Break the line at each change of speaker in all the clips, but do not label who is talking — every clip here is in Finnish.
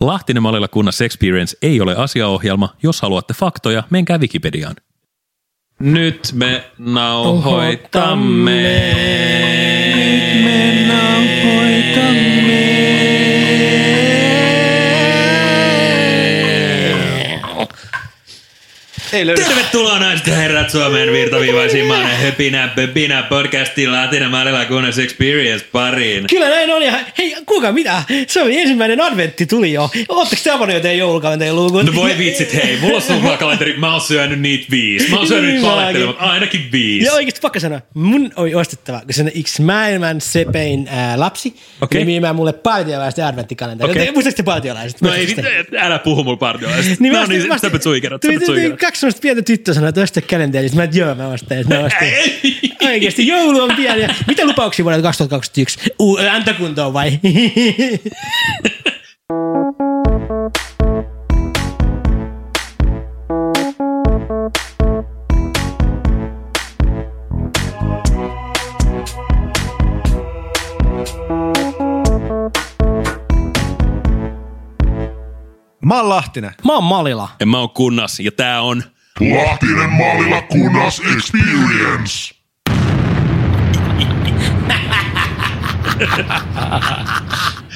Lahtinen Malilla kunnassa Experience ei ole asiaohjelma. Jos haluatte faktoja, menkää Wikipediaan. Nyt me nauhoitamme. Nyt me nauhoitamme.
Ei löydy.
Tervetuloa naiset ja herrat Suomeen virtaviivaisimman höpinä pöpinä podcastin Latina Malilla kunnes Experience pariin.
Kyllä näin on. Ja hei, kuka mitä? Se oli ensimmäinen adventti tuli jo. Ootteko te avannut jotain joulukalenterin luukut?
No voi vitsit, hei, mulla on sun kalenteri, mä oon syönyt niitä viisi. Mä oon syönyt niitä
Niin mäkin.
valehtelemat, ainakin viisi.
Ja oikeasti pakko sanoa, mun oli ostettava, kun se on yksi maailman sepein ää, lapsi.
Okei.
Okay. Nimi mulle partiolaiset adventtikalenteri.
Okei.
Okay. Muistatko te partiolaiset?
No ei, mit- älä puhu mun partiolaisista. Niin
Niin mä
no
ostin-
niin,
mä ostin-
säpä suikerat,
tuli-
säpä
tuli
suikerat.
Kaksi semmoista pientä tyttöä sanoi, että ostaa kalenterista. Mä et, joo, mä ostan. Ja sit Mä ostin.
Ei.
Oikeasti joulu on pieni. Mitä lupauksia vuodelta 2021? U- Antakuntoon vai?
Mä oon Lahtinen.
Mä oon Malila.
Ja mä oon kunnas, ja tää on...
Lahtinen mallilla kunnas experience.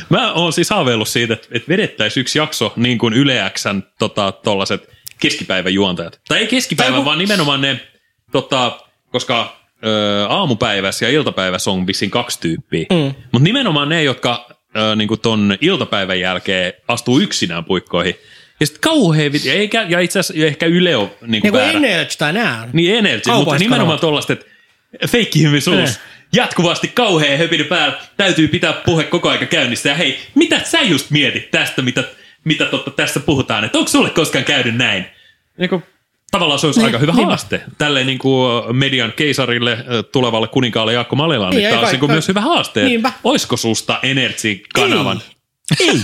Mä oon siis haaveillut siitä, että vedettäis yksi jakso niin kuin Yle Xn tota, tollaset keskipäiväjuontajat. Tai ei keskipäivä,
Tai ku-
vaan nimenomaan ne, tota, koska ö, aamupäivässä ja iltapäivässä on vissiin kaksi tyyppiä. Mm. Mutta nimenomaan ne, jotka ö, niin kuin ton iltapäivän jälkeen astuu yksinään puikkoihin. Ja sitten kauhean, vit- ja, eikä, ja itse asiassa ja ehkä Yle on niin
Niin
kuin
kuin
väärä.
Energy tai nää on.
Niin energy, mutta
Kaupalliset
nimenomaan
kanavat.
tollaista, että feikkihymisuus.
Eh.
Jatkuvasti kauhea höpiny päällä. Täytyy pitää puhe koko aika käynnissä. Ja hei, mitä sä just mietit tästä, mitä, mitä totta tässä puhutaan? Että onko sulle koskaan käynyt näin? Niin kuin, tavallaan se olisi aika hyvä
niin.
haaste. Tälleen niin kuin median keisarille, äh, tulevalle kuninkaalle Jaakko Malelaan.
Niin,
Niin,
ei
tämä olisi niin
kai-
kuin myös hyvä haaste. että
Niinpä. Niin.
Oisko susta Energy-kanavan?
Ei.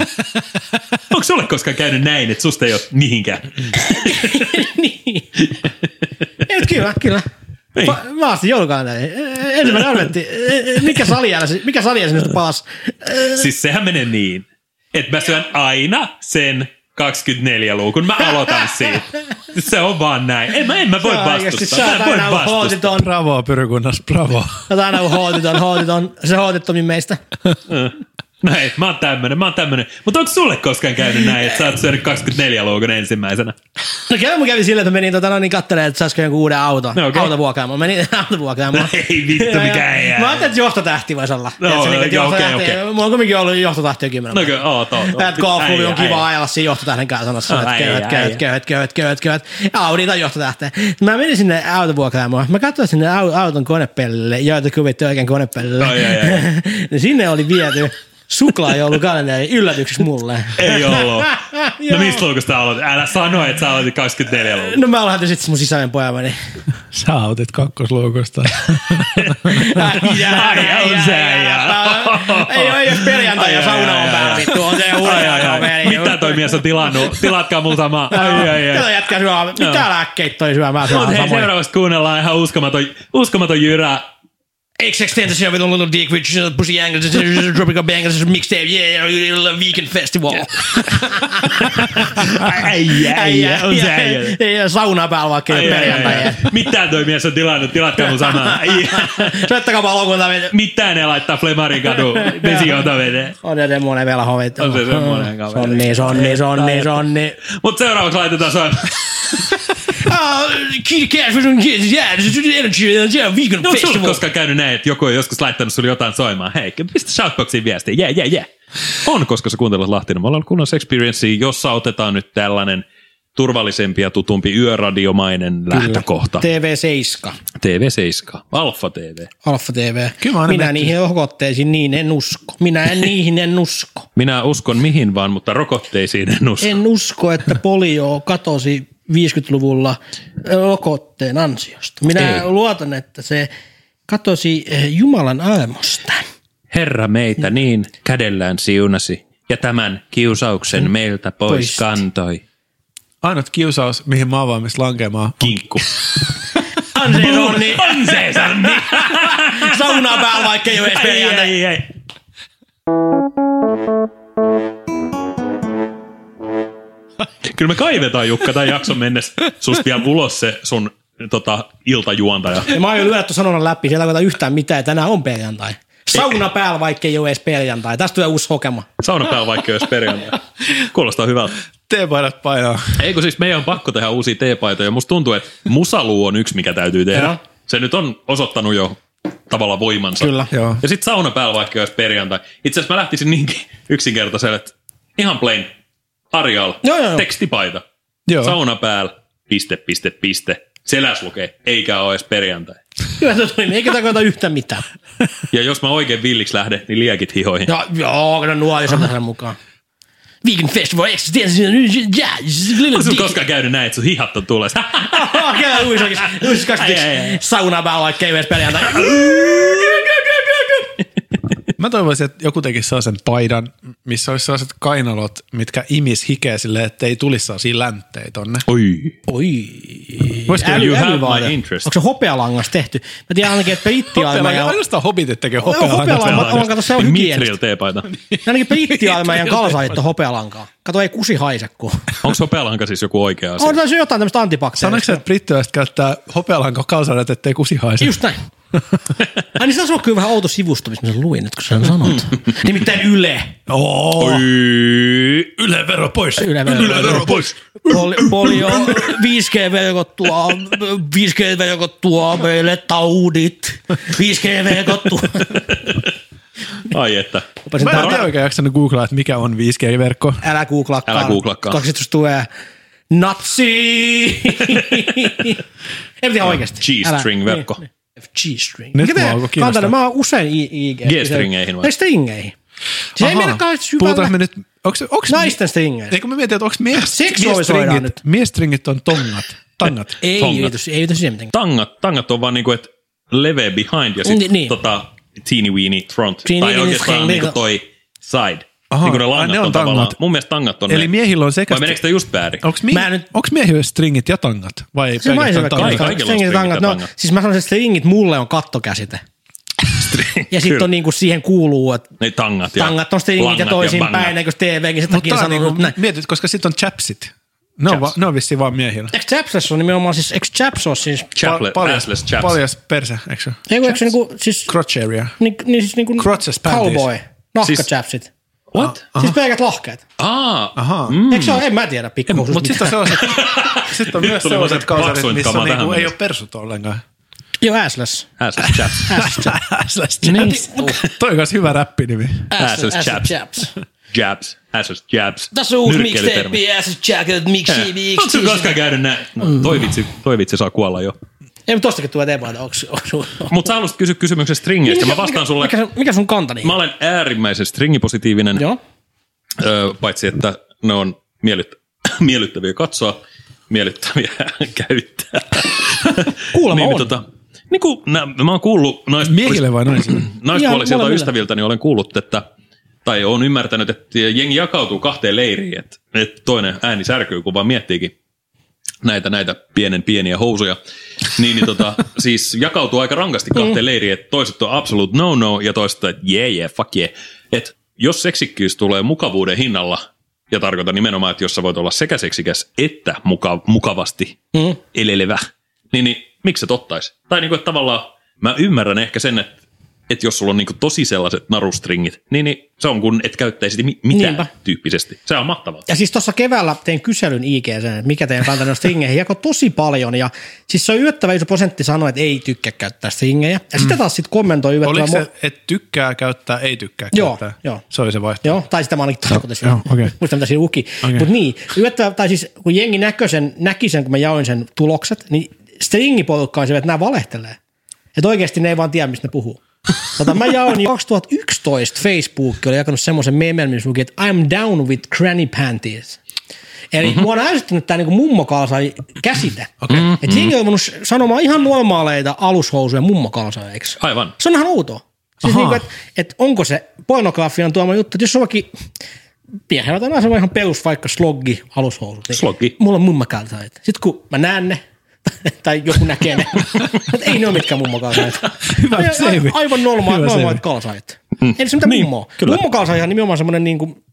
Onko sulle koskaan käynyt näin, että susta ei ole mihinkään?
niin. Et kyllä, kyllä.
Niin.
Niin. Mä astin joulukalenterin. e- Ensimmäinen adventti. e- Mikä salijälä, mikä salijälä sinne palas?
Siis sehän menee niin, että mä syön aina sen 24 luukun. Mä aloitan siitä. Se on vaan näin. En mä, en mä voi
siis
vastustaa. Mä en voi vastustaa.
hootiton.
Bravo, pyrykunnas, bravo.
Sä oot aina ollut hootiton, hootiton. Se hootiton meistä.
Näin, No mä oon tämmönen, mä oon tämmönen. Mutta onko sulle koskaan käynyt näin, että sä oot syönyt 24 luukun ensimmäisenä?
No kyllä mun kävi silleen, että menin tota, no, niin kattelemaan, että saisiko jonkun uuden auton.
No,
No,
okei.
okay. Autovuokaamaan. Menin autovuokaamaan.
No, ei vittu,
Ja-
mikä ei
ja-
jää.
Mä ajattelin, että johtotähti voisi olla.
No,
Tiedätkö, niin, että
joo, okei,
johtotähti-
okei.
Mulla on kuitenkin ollut johtotähti jo kymmenen
No kyllä, oot, oot. oot.
Päät golfklubilla on
Äijä,
kiva
äijä.
ajella siinä johtotähden kanssa
No,
sanassa, että
äijä,
köyhät, köyhät,
äijä.
köyhät, köyhät, köyhät, köyhät. Audi tai johtotähteen. Mä menin sinne autovuokraamoon. Mä katsoin sinne au- auton konepellille, joita kuvitti oikein konepellille.
Ai, ai, ai.
Niin sinne oli viety suklaajoulukalenteri yllätyksessä mulle.
Ei ollut. No
Joo.
mistä luukusta aloitit? Älä sano, että sä aloitit 24 luukun.
No mä lähdin sitten mun sisäinen pojamani.
Sä otit kakkosluukusta.
Ai, on se äijä.
Ei ole jos perjantai ja
Ai, ai,
sauna
ai,
on
ai,
päällä.
ai.
Vittu, on se
Ai, ai,
uuden niin
ai. Mitä toi mies on tilannut? Tilatkaa multa sama. Ai, ai, ai.
Tätä jätkä syö, mitä lääkkeitä toi syö, mä syön
Mutta hei,
samoin.
seuraavaksi kuunnellaan ihan uskomaton, uskomaton jyrä.
Ex extended show with a little dick, which is pussy angles, tropical bangles, mixtape, yeah, yeah, vegan festival.
Ai, on se äijä.
Ja sauna päällä vaikka
Ai, ai, ai,
perjantai.
ai. Mitään toi mies on tilannut, tilatkaa mun samaa. Ai,
Soittakaa valokunta. me-
Mitään ei laittaa Flemarin kadu vesijohta veteen.
On se semmoinen vielä hovit.
On se semmoinen kaveri.
Sonni, sonni, sonni, sonni.
Mutta seuraavaksi laitetaan soimaan.
Ah, Kid Cash, we don't get yeah, this is energy, yeah, vegan
No onko sulla
festival.
koskaan käynyt näin, että joku on joskus laittanut sulle jotain soimaan? Hei, pistä shoutboxiin viestiä. Yeah, yeah, yeah. On, koska sä kuuntelet Lahtinen. Me ollaan kunnon Experience, jossa otetaan nyt tällainen turvallisempi ja tutumpi yöradiomainen lähtökohta.
TV7,
TV7, Alfa TV.
Alfa TV.
Kyllä mä aina
Minä
miettinyt.
niihin ohkotteisiin, niin en usko. Minä en niihin en usko.
Minä uskon mihin vaan, mutta rokotteisiin en usko.
En usko, että polio katosi 50-luvulla rokotteen ansiosta. Minä
Ei.
luotan, että se katosi eh, Jumalan aamusta.
Herra meitä niin kädellään siunasi, ja tämän
Mm.
kiusauksen meiltä pois
Poisti.
kantoi.
Ainut kiusaus, mihin mä oon valmis lankeamaan.
Kinkku.
Ansi Ronni,
On se, Sanni!
saunaa päällä, vaikka ei ole edes
Ei,
perjantai.
ei, ei.
Kyllä me kaivetaan Jukka tämän jakson mennessä susta vielä ulos se sun tota, iltajuontaja.
Ja mä oon jo lyötty sanonnan läpi, siellä ei tarkoita yhtään mitään, ja tänään on perjantai. Sauna päällä, vaikka ei ole edes perjantai. Tästä tulee uusi hokema.
Sauna päällä vaikka jos perjantai. Kuulostaa hyvältä.
Teepaidat painaa.
Eikö siis meidän on pakko tehdä uusia teepaitoja. Musta tuntuu, että musaluu on yksi, mikä täytyy tehdä.
Joo.
Se nyt on osoittanut jo tavalla voimansa.
Kyllä.
Joo.
Ja sitten sauna päällä vaikka jos perjantai. Itse asiassa mä lähtisin niinkin yksinkertaiselle, että ihan plain, Arial,
Joo, joo, joo.
tekstipaita,
Joo.
sauna päällä, piste, piste, piste. Seläs lukee, eikä ole edes perjantai.
Hyvä se toimi, eikä tarkoita yhtään mitään.
Ja jos mä oikein villiksi lähden, niin liekit hihoihin.
Ja, joo, kato nuoriso tähän mukaan. Vegan Festival Existence.
Onko sun koskaan käynyt näin, että sun hihat on tulossa?
Kyllä, uusakis. Uusakis
Ai, ai, ai.
22. Sauna päällä, vaikka ei ole edes perjantai.
Mä toivoisin, että joku tekisi sellaisen paidan, missä olisi sellaiset kainalot, mitkä imis hikeä silleen, että ei tulisi sellaisia länttejä tonne.
Oi.
Oi.
Voisiko
Äly,
you have
älyvaate.
my interest?
Onko se hopealangas tehty? Mä tiedän ainakin, että
Hopealangat,
brittialmeija...
ainoastaan hobitit tekee
hopealangat.
hopealangat.
Mä- mä katson, se on hygienistä.
Mitril teepaita.
Ainakin brittialmeijan kalsarit on hopealankaa. Kato, ei kusi haise kun.
Onko sopealanka siis joku oikea asia?
On tässä jotain tämmöistä antibakteerista.
Sanoitko sä, että brittiläiset käyttää hopealanko kalsareet, ettei kusi haise?
Just näin. Ai niin se on kyllä vähän outo sivusto, missä mä sen luin, että kun sä sen sanot.
Mm.
Nimittäin Yle.
Oo.
Oi.
Yle vero pois.
Yle vero.
pois.
Pol- polio, 5G-verkot tuo, 5G-verkot tuo meille taudit. 5G-verkot tuo.
Ai että.
Rupesin
Mä en
täältä-
ole oikein jaksanut googlaa, että mikä on 5G-verkko.
Älä googlaakaan.
Älä googlaakaan.
Koska sitten tulee natsi. en tiedä oikeasti.
G-string-verkko.
Älä- niin, niin. G-string.
Nyt
Mikä
mua
tää-
alkoi kiinnostaa.
Kantana, Mä oon usein I- IG.
G-stringeihin vai?
vai? Stringeihin. Siis ei mennä kauhean syvälle.
Puhutaan me nyt, onks, onks,
Naisten stringeihin.
Eikö me mietin, että onko mies,
Seksuaalisoidaan
miestringit-
nyt.
miestringit on tongat, tangat.
Ei
Tongat.
yritä, ei yritä siihen mitenkään.
Tangat, tangat on vaan niinku, että leveä behind ja sitten
Niin, niin.
niin. tota, teeny weeny front.
Teeny
tai
weeny
oikeastaan
front,
niinku
niin.
toi side.
Aha,
Aha, niin kuin ne
ai
langat
ne
on,
on
on tavallaan.
tangat.
Mun mielestä tangat on
Eli
ne.
miehillä on sekä...
Vai meneekö sitä just väärin?
Onks,
Mä nyt-
mie- onks miehillä stringit ja tangat? Vai
Se
pelkästään
maisema
tangat?
kaikki.
kaikilla. Stringit ja
stringit ja
tangat. No,
tangat.
siis mä sanoisin, että stringit mulle on kattokäsite. Ja sitten
Kyllä.
on niinku siihen kuuluu, että
Ne tangat ja
tangat on stringit ja
langat
toisinpäin,
bangat.
eikö TVkin sen
Mutta
takia
tää on
sanonut
niinku,
näin.
mietit, koska sitten on chapsit. Ne on, va, ne on vissiin vaan miehillä.
Eh,
Eikö Chaps on nimenomaan siis, eikö Chaps ole siis,
Chaple,
Pal-
assless chaps.
Paljas perse, eikö se?
eikö eikö se niinku, siis,
Crotch area.
niin, niin siis niinku
Crotches panties.
cowboy, nahkachapsit.
What? Mm.
Siis pelkät lahkeet.
Aa,
Aha.
Eikö se ole, en mä tiedä pikkuhoususta
siis
Mutta sitten on sellaiset, sit on
Nyt
myös
tuli
sellaiset
muuten
kalsarit,
paksuin
missä
kama
on niinku,
tähän
ei ole
mennessä.
persut ollenkaan.
Joo, assless.
assless chaps. Niin.
Assless chaps. Toi on myös hyvä räppinimi.
Assless chaps.
chaps.
Jabs, assless jabs.
Tässä on uusi
Nyrkkeilytermi.
mixtape, assless jacket, miksi,
Onko
miksi.
sun koskaan käynyt näin? No, toi, vitsi, toi vitsi saa kuolla jo.
Ei, mutta tostakin tulee teemaa, että onks, onks, onks,
Mutta sä haluaisit kysyä kysymyksen
Niin
stringeistä. Mä vastaan sulle.
Mikä, sun- mikä sun kanta niihin?
Mä olen äärimmäisen stringipositiivinen,
Joo.
Ö, paitsi että ne on miellyt, miellyttäviä katsoa, miellyttäviä käyttää.
Kuulemma
niin,
on.
Tota, niin kun, nä, mä oon kuullut nais,
Miehille vai naisille?
naispuolisilta
molemmille.
ystäviltä, niin olen kuullut, että tai olen ymmärtänyt, että jengi jakautuu kahteen leiriin, että, että toinen ääni särkyy, kun vaan miettiikin näitä, näitä pienen pieniä housuja, niin, niin tota, siis jakautuu aika rankasti kahteen leiriin, että toiset on absolute no-no ja toiset on, että yeah, yeah, fuck yeah. Et jos seksikkyys tulee mukavuuden hinnalla, ja tarkoitan nimenomaan, että jos sä voit olla sekä seksikäs että muka, mukavasti mm. elelevä, niin, niin miksi sä ottaisi? Tai niinku, että tavallaan mä ymmärrän ehkä sen, että että jos sulla on niinku tosi sellaiset narustringit, niin, niin se on kun et käyttäisi mi- mitään
Niinpä.
Niinpä. tyyppisesti. Se on mahtavaa.
Ja siis tuossa keväällä tein kyselyn IG sen, että mikä teidän kanta noista stringeihin jako tosi paljon. Ja siis se on yllättävän iso prosentti sanoi, että ei tykkää käyttää stringejä. Ja
Mm.
sitten taas sitten kommentoi
Oliko
yllättävän...
se, että tykkää käyttää, ei tykkää
Joo,
käyttää?
joo.
Se oli se vaihtoehto.
Joo, tai sitä mä ainakin tarkoitin sitä.
joo, okei.
Muista mitä siinä luki.
Okei.
Mutta niin, yllättävän, tai siis kun jengi näkö sen, näki sen, kun mä jaoin sen tulokset, niin stringiporukka on se, että nämä valehtelee. Että oikeasti ne ei vaan tiedä, mistä ne puhuu. Tota, mä jaoin 2011 Facebook oli jakanut semmoisen memen, missä luki, että I'm down with cranny panties. Eli
Mhm.
mm-hmm. mua on ärsyttänyt tämä niinku mummokalsari käsite. Okay. Mm-hmm. Että jengi on voinut sanomaan ihan normaaleita alushousuja mummokalsareiksi.
Aivan.
Se on ihan outoa. Siis
Ahaa.
niinku, että et onko se pornografian tuoma juttu, että jos on vaikka miehellä tai naisella on ihan perus vaikka sloggi alushousut. Niin
Sloggi.
Mulla on mummakalsarit. Sitten kun mä näen ne, tai joku näkee ne, että ei ne ole mitkään mummakalsarit.
Hyvä
Ai- ai-
save.
Aivan norma-
Hyvä
normaalit
save.
kalsarit. Mm. Ei se mitään niin, mummoa. Mummokalsari on nimenomaan semmoinen niin kuin,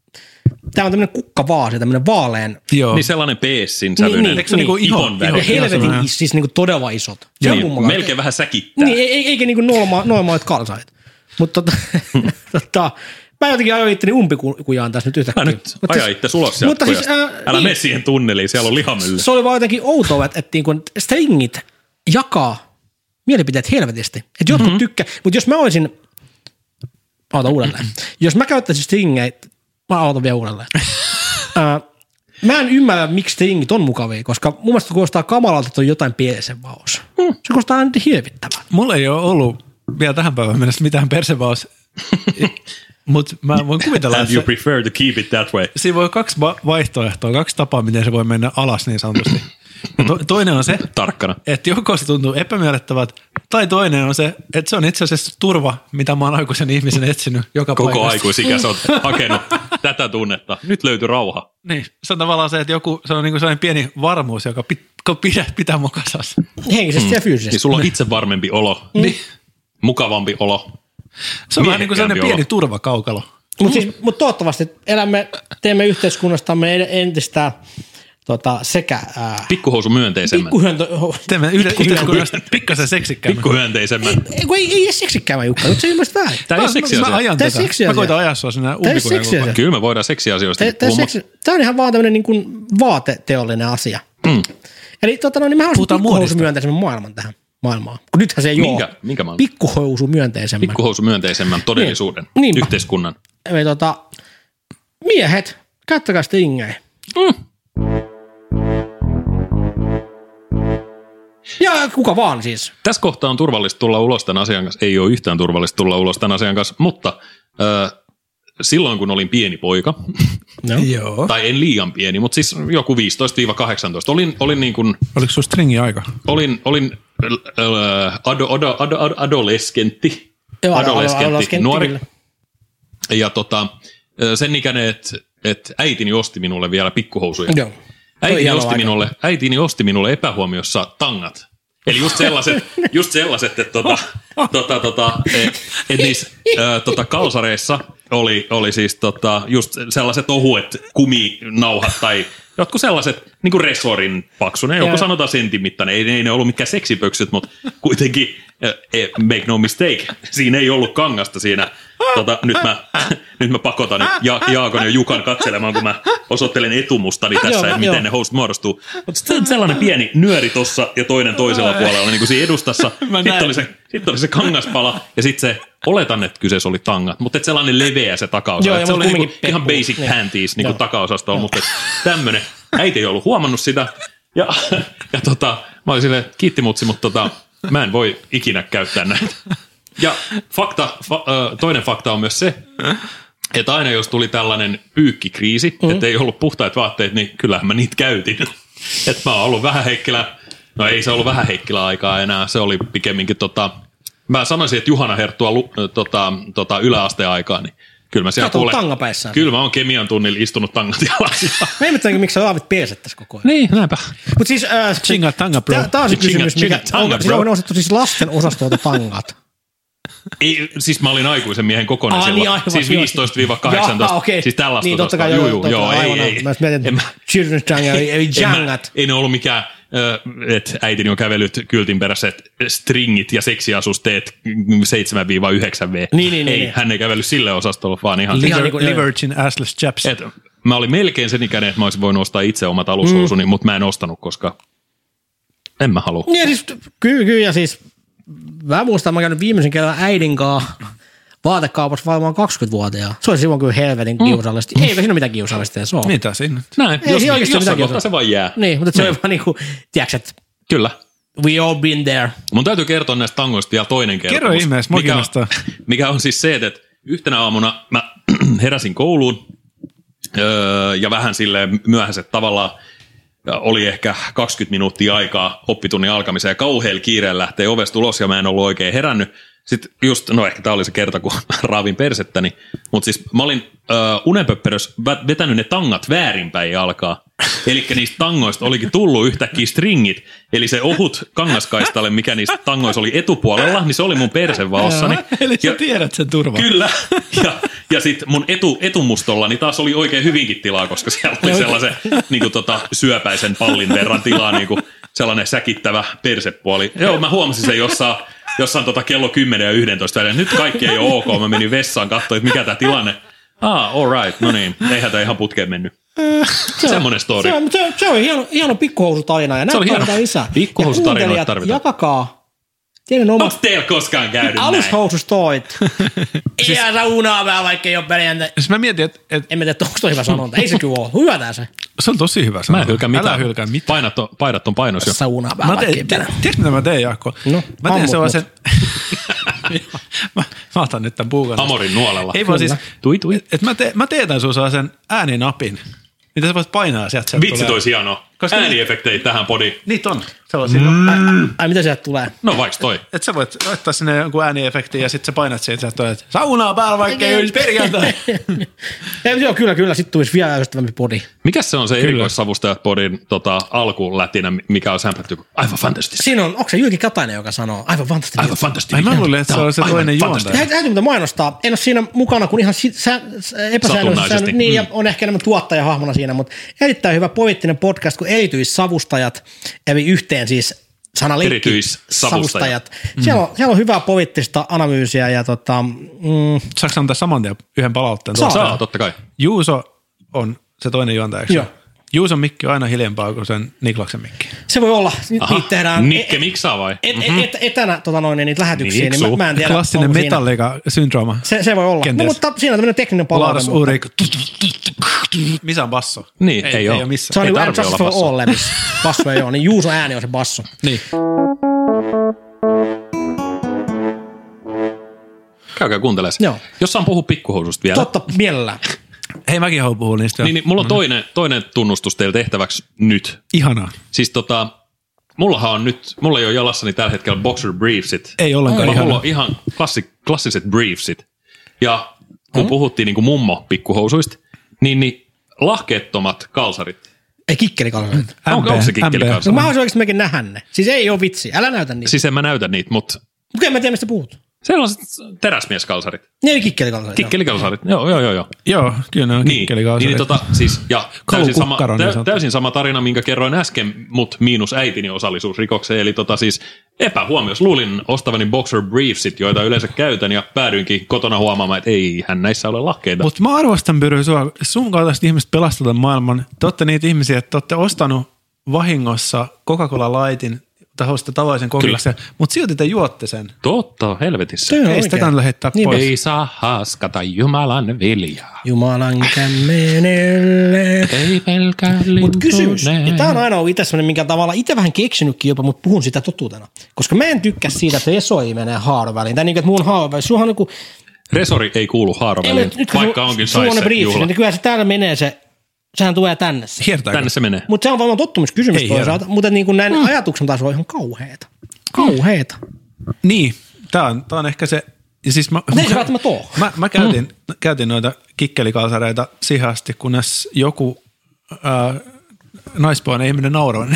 Tämä on tämmöinen kukkavaasi, tämmöinen vaalean.
Joo.
Niin sellainen peessin sävyinen.
niin,
Eikö se niinku
ihon
ihon,
väri?
ihon
Ja helvetin,
semmoinen-
is- siis niinku todella isot. Se on
Niin,
kummakaan.
melkein vähän säkittää.
Niin, ei- ei- eikä niinku norma- normaalit kalsarit. Mutta tota, tota, mä jotenkin ajoin itteni umpikujaan tässä nyt yhtäkkiä.
Älä nyt
Mutta
aja
siis-
itse ulos sieltä
mutta siis,
pojasta.
äh,
Älä
niin.
mene siihen tunneliin, siellä on lihamylly.
se oli vaan jotenkin outoa, että, että niinku stringit jakaa mielipiteet helvetisti. Että
Mhm.
jotkut mm-hmm. tykkää, mutta jos mä olisin, auta uudelleen.
Mhm.
Jos mä käyttäisin stringejä, mä autan vielä uudelleen. Ää, mä en ymmärrä, miksi stringit on mukavia, koska mun mielestä kuulostaa kamalalta, että on jotain pielisen vaus.
Hmm.
Mm. Se kuulostaa aina hirvittävää.
Mulla ei ole ollut vielä tähän päivään mennessä mitään persevaus, mutta mä voin kuvitella,
And
että
you
se,
prefer to keep it that way.
siinä voi olla kaksi va- vaihtoehtoa, kaksi tapaa, miten se voi mennä alas niin sanotusti. Ja To, toinen on se,
Tarkkana.
että joko se tuntuu epämiellyttävältä, tai toinen on se, että se on itse asiassa turva, mitä mä oon aikuisen ihmisen etsinyt joka
Koko
paikasta.
aikuisikäs on hakenut tätä tunnetta. Nyt löytyy rauha.
Niin, se on tavallaan se, että joku, se on niin sellainen pieni varmuus, joka pit, ko- pidä, pitää mun kasassa.
Henkisesti mm. ja fyysisesti.
Niin sulla on itse varmempi olo. Niin. Mukavampi olo.
Se on vähän niin kuin sellainen
Miehekkäämpi
pieni turvakaukalo.
Mutta siis, mut toivottavasti elämme, teemme yhteiskunnastamme ed- entistä tota, sekä ää,
Pikkuhousu myönteisemmän.
pikkuhyöntö...
Teemme yhden yhteiskunnasta pikkasen seksikkäämmän.
Pikkuhyönteisemmin.
Ei, kun ei, ei edes seksikkäämä Jukka, nyt se ymmärsit väärin.
Tämä ei ole
Mä-
seksi
Mä
asia.
ajan
Tää
tätä.
seksiasia.
Mä koitan ajaa sua sinä
Tää
umpikunnan koko
seksiasia.
ajan.
Kyllä me voidaan seksiasioista
Tämä
puhua,
seksi, tää on ihan vaan tämmöinen niin kuin vaateteollinen asia. Mm. Eli tota, no, niin mä haluaisin
Puhutaan muodista.
pikkuhousumyönteisemmän maailman tähän maailmaan. Kun nythän se ei
Minkä-
ole.
minkä maailman?
Pikkuhousumyönteisemmän. Pikku.
pikkuhousu myönteisemmän todellisuuden,
Niin. Niinpä.
yhteiskunnan.
Eli, tota, miehet, käyttäkää stingejä. Mm. Ja kuka vaan siis.
Tässä kohtaa on turvallista tulla ulos tämän asian kanssa. Ei ole yhtään turvallista tulla ulos tämän asian kanssa, mutta äh, silloin kun olin pieni poika,
No.
Joo.
tai en liian pieni, mutta siis joku 15-18, olin, olin, niin kuin,
Oliko sun stringi aika?
olin, olin äh, ado, ado, ado, ado, adoleskentti,
Joo, ado- ado-
adoleskentti,
adoleskentti,
nuori,
kyllä.
ja tota, äh, sen ikäinen, että et äitini osti minulle vielä pikkuhousuja.
Joo. Toi
Äitini
hieno
osti,
aika.
minulle, äitini osti minulle epähuomiossa tangat. Eli just sellaiset, just sellaiset että tota, tota, tota, et, et niissä ö, tota, kalsareissa oli, oli siis tota, just sellaiset ohuet kuminauhat tai jotkut sellaiset niin kuin resorin paksunen, joku
Joo.
sanotaan sentin mittainen. Ei, ei ne ollut mitkään seksipöksyt, mutta kuitenkin, ö, e, make no mistake, siinä ei ollut kangasta siinä. Tota, nyt, mä, nyt mä pakotan ja, Jaakon ja Jukan katselemaan, kun mä osoittelen etumustani tässä,
Joo,
että
joo.
miten ne host muodostuu. Mutta sitten sellainen pieni nyöri tossa ja toinen toisella puolella, niin kuin siinä edustassa. Sitten
näin.
oli, se, sit oli se kangaspala ja sitten se, oletan, että kyseessä oli tangat, mutta et sellainen leveä se takaosa.
Joo,
et
ja
se
mut
oli niinku,
kumminkin
ihan
peppu.
basic
Niin.
panties niin
Joo.
kuin takaosasta on, mutta et tämmönen. Äiti ei ollut huomannut sitä. Ja, ja tota, mä olin silleen, kiitti mutsi, mutta tota, mä en voi ikinä käyttää näitä. Ja fakta, fa, ö, toinen fakta on myös se, että aina jos tuli tällainen pyykkikriisi, mm. että ei ollut puhtaat vaatteet, niin kyllähän mä niitä käytin. Että mä oon ollut vähän heikkilä, no ei se ollut vähän heikkilä aikaa enää, se oli pikemminkin tota, mä sanoisin, että Juhana Herttua lu, ö, tota, tota, yläasteaikaa, niin kyllä mä siellä
Sä oot ollut
kuulen.
tangapäissään.
Kyllä mä oon kemian tunnilla istunut tangat jalassa.
Mä ihmettelen, miksi sä laavit pierset tässä koko ajan.
niin, näinpä.
Mutta siis, äh,
Chinga tanga, bro.
Tämä on se
Chinga-
kysymys,
chinga
mikä
tanga,
on, siis
bro.
on ostettu siis lasten osastolta tangat.
Ei, siis mä olin aikuisen miehen kokoinen
Aa,
silloin.
niin, aivan,
siis
joo.
15-18.
Jaha, okei.
Siis tällaista.
Niin totta
osasta.
kai, joo,
juu,
totta
joo,
kai,
ei,
aivan.
ei.
Mä just mietin,
En mä-
children's tanga, ei, ei
En mä-
jangat.
Ei ne ollut mikään, ö, että äitini on kävellyt kyltin perässä, että stringit ja seksiasusteet mm, 7-9V.
Niin, niin,
ei,
niin, niin.
hän ei kävellyt sille osastolle, vaan ihan...
Liver,
niinku-
Livergin assless chaps.
Et, mä olin melkein sen ikäinen, että mä olisin voinut ostaa itse omat alushousuni, mm. mutta mä en ostanut, koska en mä halua.
Niin ja siis, kyllä, kyllä ja siis, mä muistan, mä käyn viimeisen kerran äidin kanssa vaatekaupassa varmaan 20-vuotiaan. Se oli silloin kyllä helvetin kiusallista. Ei siinä ole mitään kiusallista, se on. Niin,
Mitä siinä nyt?
Näin,
Ei
jos,
siinä
jossain
oikeasti mitään
kohtaa se vaan jää.
niin mutta se oli vaan niinku, tiedätkö, että
Kyllä.
we all been there.
Mun täytyy kertoa näistä tangoista vielä toinen kerta.
Kerro ihmeessä, mua
No, mikä,
kiinnostaa.
mikä on siis se, että yhtenä aamuna mä heräsin kouluun öö, ja vähän silleen myöhäiset tavallaan ja oli ehkä 20 minuuttia aikaa oppitunnin alkamiseen ja kauhealla kiireellä lähtee ovesta ulos ja mä en ollut oikein herännyt. Sitten just, no ehkä tämä oli se kerta, kun mä raavin
niin-
persettäni, mutta siis mä olin äh, unenpöppärös vä- vetänyt ne tangat väärinpäin jalkaa.
Eli niistä tangoista olikin tullut yhtäkkiä stringit, eli se ohut kangaskaistalle, mikä niistä tangoissa oli etupuolella, niin se oli mun persevaossani.
Eli sä
Ja-
tiedät sen turvan.
Kyllä. Ja, ja sitten mun etu, etumustolla niin taas oli oikein hyvinkin tilaa, koska siellä oli sellaisen niin kuin tota, syöpäisen pallin verran tilaa, niin kuin sellainen säkittävä persepuoli. Joo, mä huomasin sen jossain, jossain tota kello 10 ja 11 välillä. Nyt kaikki ei ole ok. Mä menin vessaan katsoin, että mikä tämä tilanne. Ah, all right. No niin, eihän tämä ihan putkeen mennyt. Semmoinen story.
Se on, se, on- se on hieno, hieno pikkuhousutarina ja
Se oli
näitä
hieno.
tarvitaan lisää.
Pikkuhousutarinoita
Ja kuuntelijat,
tarvitaan.
Jakakaa teidän
Onko
omat
teillä koskaan käynyt näin?
alushousustoit. Ihan sä unaa vähän, vaikka ei ole perjantai.
Siis mä mietin, että et,
En mä tiedä, onko toi hyvä sanonta. Ei se kyllä ole. Hyvä tää se.
se on tosi hyvä
Mä
sanoa.
en hylkää mitään.
Älä hylkää mitään.
Painat on, paidat on painos jo.
Sä unaa
Mä
vähän, vaikka ei
teen,
perjantai.
tiedätkö mitä mä teen, Jaakko?
No,
mä teen
ammut
sellaisen... mä, mä otan nyt tämän puukan.
Amorin nuolella.
Ei vaan
Kyllä.
siis,
Tui, tui.
et mä, te, mä teetän sun sellaisen ääninapin, mitä sä voit painaa sieltä. sieltä
Vitsi
tulee.
toisi hienoa.
Koska-
Ääniefektejä tähän podiin.
Niitä on. Sellaisia. Mm.
Ai mitä sieltä tulee?
No vaikka toi.
Et sä voit laittaa sinne jonkun ääniefektin ja sit sä painat siitä, että olet saunaa päällä, vaikka ei olisi perjantai.
Ei, joo, kyllä, kyllä. Sitten tulisi vielä ärsyttävämpi podi.
Mikä se on se erikoissavustajat podin tota, alkulätinä, mikä on sämpätty? kuin Aivan fantastista.
Siinä on, onko se Jyrki Katainen, joka sanoo? Aivan fantastinen.
Aivan fantastista.
Ai mä luulin, että se
Tää
on se
aivan
toinen
fantastista.
juontaja.
Täytyy täytyy muuten mainostaa. En ole siinä mukana, kun ihan si- sä, sä- epäsäännöllisesti.
Satunnaisesti.
säännö- Niin, ja
Mm.
on ehkä enemmän tuottajahahmona siinä, mutta erittäin hyvä poliittinen podcast, kun erityissavustajat, eli yhteen siis sana linkki,
Erityissavustajat. Mm.
savustajat. Siellä, on, siellä on hyvää poliittista analyysiä ja tota, mm,
Saanko antaa saman tien yhden palautteen?
Saa.
Saa, totta kai.
Juuso on se toinen juontaja, eikö se?
Joo.
Juuson mikki on aina hiljempaa kuin sen Niklaksen mikki.
se voi olla. Ni-
Aha,
Niitä
e-
tehdään
Nikke miksaa vai?
et, et, et, etänä tota noin, niitä lähetyksiä, niin,
Niksu.
mä, mä en tiedä.
Klassinen
onko siinä-
metalliga-syndrooma.
Se, se voi olla. No,
Kenties.
mutta siinä on tämmöinen tekninen palaute.
Lars
mutta-
Ulrik. Missä on basso?
Niin, ei oo.
ole missään.
Se on
Ei
niinku
tarvi
Justice
olla
for
basso.
All levyssä. Basso ei ole, niin Juuso ääni on se basso.
Niin.
Käykää kuuntelemaan.
Joo.
Jos saan puhua pikkuhoususta vielä.
Totta, mielellään. niinku-
Hei, mäkin haluan puhua niistä.
Niin, niin, mulla on toinen, toinen tunnustus teille tehtäväksi nyt.
Ihanaa.
Siis tota, mullahan on nyt, mulla ei ole jalassani tällä hetkellä boxer briefsit.
Ei ollenkaan
Vaan
ihana.
Mulla on ihan klassi, klassiset briefsit. Ja kun puhuttiin niin kuin mummo pikkuhousuista, niin, niin lahkeettomat kalsarit.
Ei kikkelikalvereita.
MP, onko, onko se
MP?
No
kikkelikalsari?
mä haluaisin oikeasti mekin nähdä ne. Siis ei ole vitsi, älä näytä niitä.
Siis en mä näytä niitä, mutta
Mutta en mä tiedä, mistä puhut.
sellaiset teräsmieskalsarit.
Ne oli kikkelikalvereita.
Kikkelikalsarit, joo, joo, joo. joo.
Joo, kyllä ne on
Niin,
kikkelikausarit.
niin tota, siis, ja täysin sama,
Kalukukkaroon, niin
tä,
sanotaan.
täysin sama tarina, minkä kerroin äsken, mut miinus äitini osallisuus rikokseen. Eli tota siis epähuomios. Luulin ostavani boxer briefsit, joita yleensä käytän, ja päädyinkin kotona huomaamaan, että ei hän näissä ole lahkeita.
Mutta mä arvostan, Pyry, sua. sun kaltaiset ihmiset pelastetaan maailman. Te olette niitä ihmisiä, että te olette ostanut vahingossa Coca-Cola-laitin tahosta tavallisen kokiksen, mutta silti te juotte sen.
Totta, helvetissä.
Toi on
Ei
oikein.
sitä kannata heittää
Niinpä.
pois.
Ei saa haaskata Jumalan viljaa.
Jumalan kämmenelle.
Ei pelkää
Mut
lintu
kysymys, ja
näe.
tämä on aina ollut itse sellainen, minkä tavalla itse vähän keksinytkin jopa, mutta puhun sitä totuutena. Koska mä en tykkää siitä, että Esoi menee haaron väliin. Tai niin että mun haaron väliin. Sulla on niinku,
Resori ei kuulu haaroväliin,
kun
Niin, vaikka
sun-
onkin
sulla on ne
saisse
briefit,
juhla.
niin kyllä se täällä menee se, sehän tulee tänne. se.
Hiertääkö?
Tänne se menee.
Mutta se on varmaan tottumuskysymys
Ei
toisaalta, mutta niin kuin näin mm. ajatuksen tasolla on ihan kauheeta. Kauheeta.
Niin, tämä on, tää on ehkä se... Ja siis mä,
Mutta ei se välttämättä oo.
Mä, mä käytin, mm. käytin noita kikkelikalsareita siihen asti, kunnes joku ää, naispuolinen ihminen nauroi.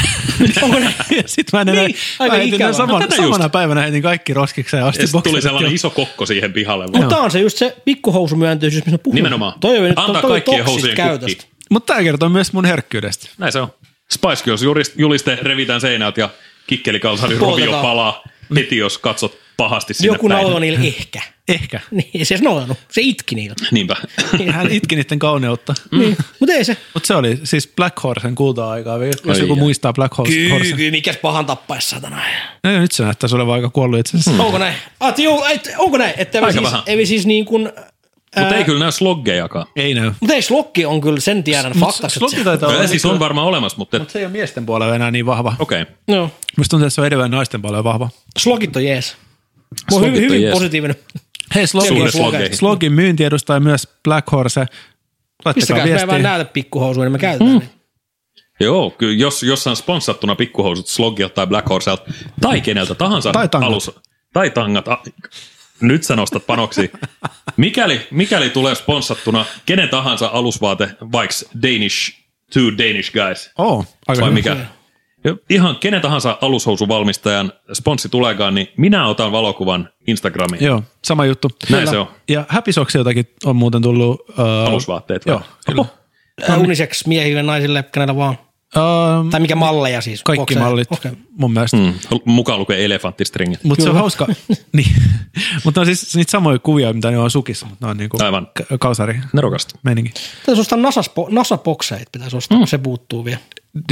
Onko näin?
Sitten mä en enää,
Niin,
mä
aika
heitin
ikävää.
ne saman,
No tätä just.
samana päivänä heitin kaikki roskikseen ja asti
Ja sit tuli
bokserit
sellainen
ja-
iso kokko siihen pihalle. vaan.
Mutta tämä on se just se pikkuhousumyönteisyys, mistä mä puhun.
Nimenomaan.
Toi on nyt
Antaa
toi, toi
kaikkien
toxic
housujen
käytöstä.
kukki.
Mutta tämä kertoo myös mun herkkyydestä.
Näin se on. Spice Girls jurist- juliste revitään seinältä ja kikkelikalsari rovio
Poltetaan.
palaa heti, jos katsot pahasti sinne
Joku
päin.
nauloi niillä ehkä.
Ehkä.
Niin, ei se edes naulannut. Se itki niillä.
Niinpä.
Hän itki niiden kauneutta.
Niin. Mutta ei se.
Mutta se oli siis Black Horsen kulta-aikaa, jos
Ai
joku
jaa.
muistaa Black Horse- Horsen.
mikäs pahan tappais satana.
No joo, nyt se näyttää sulle vaan aika kuollut itse
Mm.
asiassa.
Onko näin? Ah, juu, et, onko näin? Että
Aika
ei siis,
vähän.
ei siis niin kuin...
Mutta ei kyllä näy sloggejakaan.
Ei näy.
Mutta ei slokki on kyllä sen tiedän faktaksi. että
Slotti
se-
taitaa olla,
Kyllä siis on varmaan olemassa, mutta
mutta se ei ole miesten puolella enää niin vahva.
okei. Okay.
Joo.
Musta tuntuu, että se on edelleen naisten puolella vahva.
Slogit on jees. Mä oon
Slogit
hyvin,
on
hyvin
jees.
positiivinen.
Hei,
Suhde
Slogin,
slogeihin.
Slogin myynti edustaa myös Black Horse. Laittakaa
Pistäkää, että me ei vaan
viestiä.
näytä pikkuhousuja, niin me käytetään mm.
Joo, kyllä jos jossain sponssattuna pikkuhousut sloggilta tai Black Horselta tai keneltä tahansa
Tai tangat.
tai tangat. A- nyt sä nostat panoksi. Mikäli, mikäli tulee sponssattuna kenen tahansa alusvaate, vaikka Danish Two Danish Guys.
Oo, aika
Vai
hyvä.
mikä? Ja Ihan kenen tahansa alushousuvalmistajan sponssi tuleekaan, niin minä otan valokuvan Instagramiin.
Joo, sama juttu.
Näin se on.
Ja häpisoksi jotakin on muuten tullut... Uh,
Alusvaatteet vai?
Joo, kyllä.
Uniseksi miehille, naisille, kenellä vaan.
Um,
Tai mikä malleja siis?
kaikki
Onko se-
mallit
Okei.
okay. mun mielestä. Mm.
Mm. Mukaan lukee elefanttistrengit.
Mutta se on
Joo.
hauska. niin. Mutta on siis niitä samoja kuvia, mitä ne on sukissa, mutta ne on niinku
Aivan.
ka- kausari
Nerokasta.
meininki.
Pitäisi ostaa NASA-spo- NASA-bokseja, pitäisi ostaa, mm. se puuttuu vielä.
D,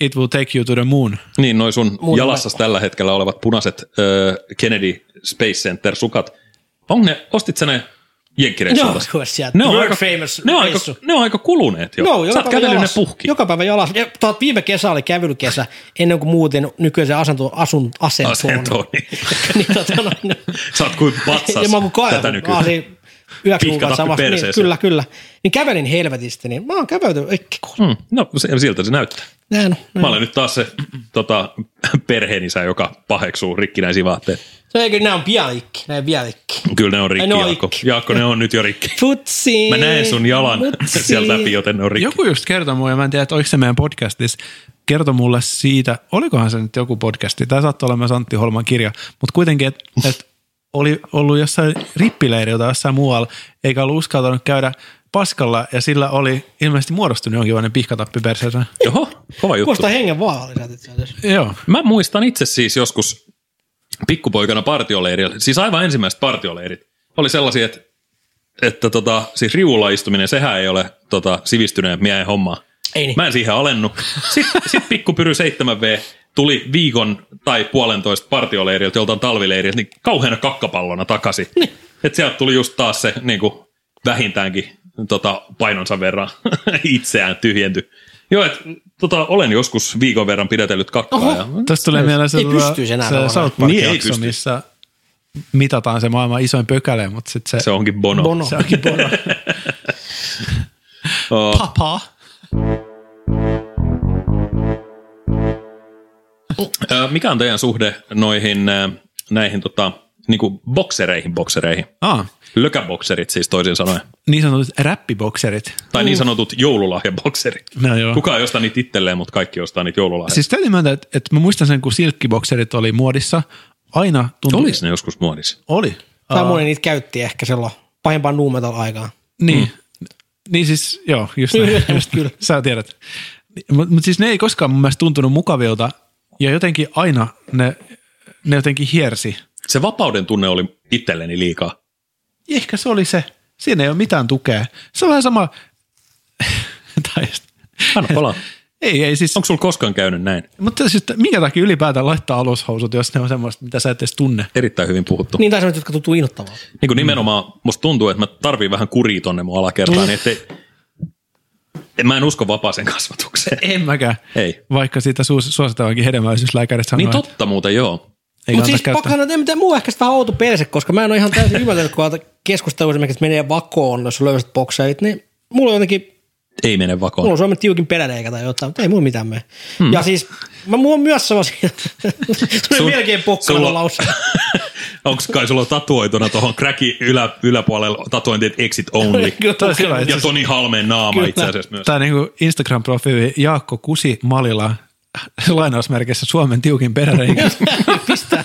it will take you to the moon.
Niin, noin sun
Muutama-
jalassas tällä hetkellä olevat punaiset ö, Kennedy Space Center sukat. On ne, ostit sä ne jenkkireissulta?
Joo, kyllä sieltä.
Ne on,
World
aika,
famous
ne, on aika,
reissu.
ne on aika kuluneet jo.
Joo,
Sä oot kävellyt ne
jalas.
puhki.
Joka päivä jalas. Ja, tuot, viime kesä oli kävelykesä, ennen kuin muutin nykyisen asento, asun, asentoon.
Asentoon, niin.
niin, tota, no, no.
Sä oot kuin
ja
vatsas
mä oon kuin kaivu.
tätä
Mä
nykyään.
oon siinä yhdeksän
Pitkä tappi
kuukautta samassa. Niin,
perseeseen.
kyllä, kyllä. Niin kävelin helvetistä, niin mä oon kävelty. Ei, kun-
Mm, no se- siltä se näyttää.
Näin, on,
Mä
näin. on.
olen nyt taas se tota, perheenisä, joka paheksuu rikkinäisiä vaatteet.
Se eikö, nämä on pialikki, nämä pialikki.
Kyllä ne on rikki,
ne
No,
on
Jaakko.
rikki.
Jaakko, ne on nyt jo rikki.
Futsi.
Mä näen sun jalan
mutsi.
siis-
sieltä läpi, joten ne on rikki.
Joku just kertoi mulle, ja mä en tiedä, että oliko se meidän podcastissa, kertoi mulle siitä, olikohan se nyt joku podcasti, tämä saattoi olla myös Antti Holman kirja, mutta kuitenkin, että et oli ollut jossain rippileirillä tai jossain muualla, eikä ollut uskaltanut käydä paskalla, ja sillä oli ilmeisesti muodostunut jonkinlainen pihkatappi perseeseen.
Oho, kova juttu.
Kuulostaa hengen vaaralliselta itse asiassa.
Joo.
Mä muistan itse siis joskus pikkupoikana partioleirillä, siis aivan ensimmäiset partioleirit, oli sellaisia, että, että tota, siis riuulla istuminen, sehän ei ole tota, sivistyneen miehen hommaa.
Ei niin.
Mä en siihen alennu. Sitten sit pikkupyry 7V tuli viikon tai puolentoista partioleiriltä, joltain talvileiriltä, niin kauheana kakkapallona takaisin. Niin. Että sieltä tuli just taas se niin kuin vähintäänkin tota, painonsa verran itseään tyhjenty. Joo, et, tota, olen joskus viikon verran pidätellyt kakkaa. Ja,
Tästä tulee mieleen se,
Ei
tota,
pystyisi enää
se
tavallaan.
South Park
Niin, ei
jakso,
pysty.
missä mitataan se maailman isoin pökäle, mutta sitten se,
se onkin Bono.
Bono.
se onkin bono. Papa.
Ö, mikä on teidän suhde noihin ö, näihin tota, niinku boksereihin boksereihin?
Ah,
Lökäbokserit siis toisin sanoen.
niin sanotut räppibokserit.
Tai niin sanotut joululahjabokserit.
No joo.
Kuka ei osta niitä itselleen, mutta kaikki ostaa niitä joululahjat.
Siis täytyy myöntää, että, että mä muistan sen, kun silkkibokserit oli muodissa. Aina tuntui...
Olis ne joskus muodissa.
Oli.
Tai moni niitä käytti ehkä silloin pahimpaan nuumetal aikaan.
Niin. Mm. Niin siis, joo, just
Kyllä,
näin. just,
kyllä.
Sä tiedät. Mutta mut siis ne ei koskaan mun mielestä tuntunut mukavilta. Ja jotenkin aina ne, ne jotenkin hiersi.
Se vapauden tunne oli itselleni liikaa.
Ehkä se oli se. Siinä ei ole mitään tukea. Se on vähän sama... tai just,
Anna palaa.
ei, ei siis...
Onko sulla koskaan käynyt näin?
Mutta siis, että minkä takia ylipäätään laittaa alushousut, jos ne on semmoista, mitä sä et edes tunne?
Erittäin hyvin puhuttu. Niin.
Niin tai semmoiset, jotka tuntuu innoittavalta.
kuin nimenomaan musta tuntuu, että mä tarviin vähän kuria tonne mun alakertaan, niin ettei... Mä en usko vapaaseen kasvatukseen.
En mäkään.
Ei.
Vaikka siitä suos- suositaankin hedelmällisyyslääkärit sanoo,
Niin
että
totta muuten, joo.
ei
Mutta
kannata
siis
siis käyttää.
pakko sanoa, että en mitään muu ehkä sitä vähän outo perse, koska mä en ole ihan täysin ymmärtänyt, kun keskustelu esimerkiksi menee vakoon, jos löysit bokseit, niin mulla on jotenkin,
Ei mene vakoon.
mulla on Suomen tiukin peräreikä tai jotain, mutta ei mulla mitään mene. Hmm. Ja siis, mä mulla on myös sellaisia, se on
Sun-
melkein
sulla-
pokkana lause.
Onko kai sulla tatuoituna tuohon crackin ylä, yläpuolelle tatuointi, että exit only.
Toi olisi hyvä, että
ja
siis-
Toni Halmeen naama
Kyllä.
itse asiassa myös.
Tämä niinku Instagram-profiili Jaakko Kusi Malila lainausmerkissä Suomen tiukin peräreikä
Pistää.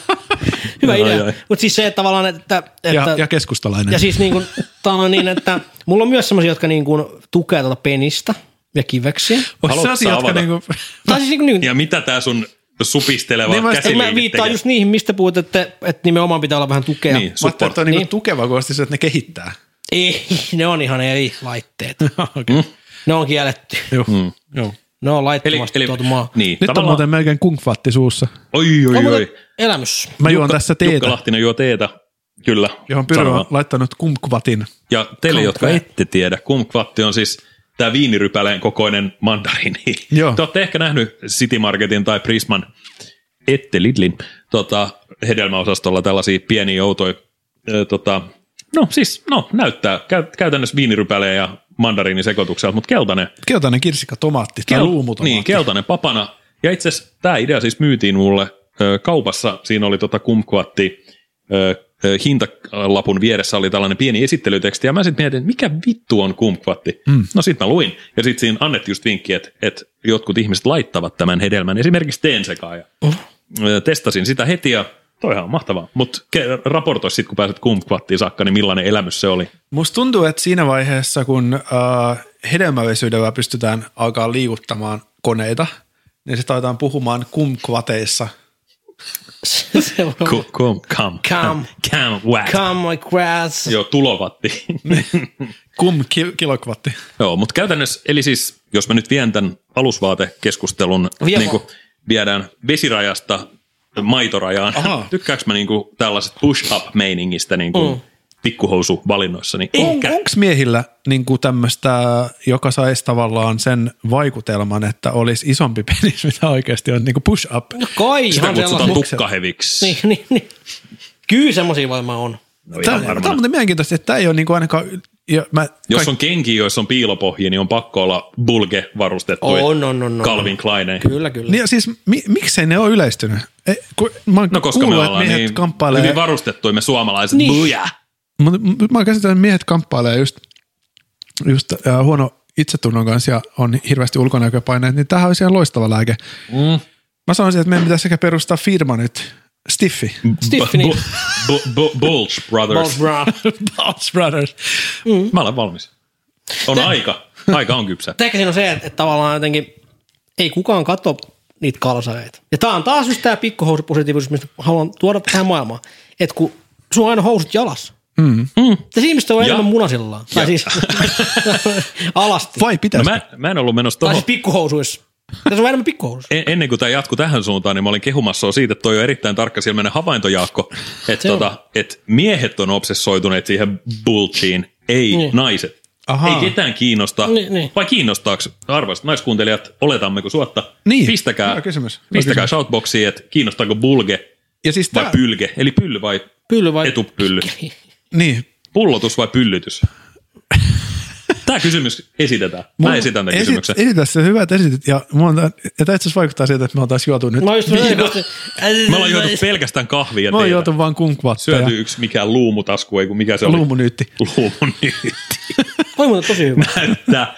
Hyvä
Ai,
idea.
ai.
Mutta siis se, että tavallaan, että... että
ja, ja keskustalainen.
Ja siis niin kuin, on niin, että mulla on myös semmoisia, jotka niin kuin tukee tuota penistä ja kiveksiä.
Ois
Haluatko
sellaisia,
sä
jotka
avata?
niinku,
Tai siis niin kuin,
Ja mitä tämä sun supisteleva
Niin mä-
käsiliike
mä viittaan
tekee?
just niihin, mistä puhut, että, että nimenomaan pitää olla vähän tukea.
Niin.
mä ajattelin, että on niinku
Niin.
tukeva, kun olisi se, että ne kehittää.
Ei, ne on ihan eri laitteet. Hmm.
okay.
Ne on kielletty.
Joo. Mm. Joo.
Ne on
Eli,
laittomasti
Hmm. eli
tuotu maa.
niin,
Nyt on
tavallaan,
muuten melkein kungfatti suussa.
oi,
On
oi,
muuten
oi.
elämys.
Mä juon tässä
Jukka
teetä,
Lahtinen juo teetä, kyllä.
johon Pyry on
Sanomaan.
laittanut kumkvatin.
Ja teille, jotka
Kumkvatti.
ette tiedä, kumkvatti on siis tämä viinirypäleen kokoinen mandariini.
Joo.
Te olette ehkä nähnyt City Marketin tai Prisman, ette Lidlin, tota, hedelmäosastolla tällaisia pieniä outoja, ö, tota, no siis, no näyttää kä- käytännössä viinirypäleen ja mandariinisekoitukselta, mutta keltainen
Keltainen kirsikka tomaatti tai luumutomaatti.
niin, keltainen papana. Ja itse asiassa tämä idea siis myytiin mulle ö, kaupassa. Siinä oli tota kumkvatti ö, ö, hintalapun vieressä oli tällainen pieni esittelyteksti, ja mä sitten mietin, että mikä vittu on kumkvatti. Mm. No sitten mä luin, ja sitten siinä annettiin just vinkki, että, että jotkut ihmiset laittavat tämän hedelmän esimerkiksi teen sekaan, ja ö, testasin sitä heti, ja toihan on mahtavaa. Mutta raportoi sitten, kun pääset kumkvattiin saakka, niin millainen elämys se oli.
Musta tuntuu, että siinä vaiheessa, kun äh, hedelmällisyydellä pystytään alkaa liikuttamaan koneita, niin se taitaan puhumaan kumkvateissa.
Se on-
Ku- Kum, kam,
Kam.
kam, whack.
Come my grass.
Joo, tulovatti.
Kum ki- kilokvatti.
Joo, mutta käytännössä, eli siis jos mä nyt vien tämän alusvaatekeskustelun,
Vie
niin kuin viedään vesirajasta maitorajaan.
Aha.
Tykkääks mä niin kuin tällaiset push-up-meiningistä niin kuin
Mm.
mm. pikkuhousuvalinnoissa? Niin
On,
ehkä.
Onko miehillä niin tämmöistä, joka saisi tavallaan sen vaikutelman, että olisi isompi penis, mitä oikeasti on, niin kuin push up?
Kai
Sitä
ihan
kutsutaan
sellaisia.
tukkaheviksi.
Niin, niin, niin. Kyllä semmosia varmaan on.
No, ihan
Tämä, tämä on
varmana.
muuten mielenkiintoista, että tämä ei ole niin kuin ainakaan... Ja mä,
Jos on kenki, joissa on piilopohja, niin on pakko olla bulge varustettu.
On, on, on, on.
Calvin Klein. eh.
Kyllä, kyllä.
Niin ja siis mi, miksei ne ole yleistynyt? E, ku, mä oon
No koska
kuullut,
me
että
ollaan
miehet
niin
kamppailee,
hyvin varustettuja me suomalaiset.
Niin.
Buja.
mut, mut mä oon käsittänyt, että miehet kamppailee just, just äh, huono itsetunnon kanssa ja on hirveästi ulkonäköpaineet, niin tämähän olisi ihan loistava lääke. Mm. Mä sanoisin, että meidän pitäisi sekä perustaa firma nyt, Stiffi.
Stiffini.
Bu- bu- bu- Bulge Brothers.
Balls bra.
Bounce Brothers.
Mä olen valmis. On aika. Aika on kypsä.
Ehkä siinä on se, että, että tavallaan jotenkin ei kukaan katso niitä kalsareita. Ja tää on taas just tää pikkuhousupositiivisuus, mistä haluan tuoda tähän maailmaan. Että kun sulla on aina housut jalassa. Mm. Mm. Tässä ihmiset on enemmän munasillaan. Tai siis alasti.
Vai
No
pitäisikö?
mä, mä en ollut menossa
Tai
tuohon.
siis pikkuhousuissa. Tässä on enemmän pikkuhousuissa.
En, ennen kuin tämä jatkuu tähän suuntaan, niin mä olin kehumassa siitä, että toi on erittäin tarkka silmäinen havainto, Jaakko, että
Se on.
tota, et miehet on obsessoituneet siihen bulchiin, ei niin. naiset.
Ahaa.
Ei ketään kiinnosta,
Niin, niin.
vai kiinnostaako arvoisat naiskuuntelijat, oletammeko suotta,
Niin.
pistäkää,
Hyvä kysymys. Hyvä
pistäkää
kysymys.
shoutboxiin, että kiinnostaako bulge
Ja siis
vai
tää,
pylge, eli pylly vai
Pylly vai?
etupylly,
niin,
pullotus vai pyllytys? Tämä kysymys esitetään. Mä esitän tämän
Esi-
kysymyksen.
Esitä se hyvät esityt. Ja, mulla on, ja tämä itse asiassa vaikuttaa siltä, että me oltaisiin juotu
No,
nyt.
Mä just
Me ollaan juotu pelkästään kahvia
Mä oon
teetä.
juotu vaan kunkvatteja.
niin. Syöty yksi mikään luumutasku, ei kun mikä se oli?
Luumunyytti.
Luumunyytti.
Oi muuten tosi hyvä.
Näyttää.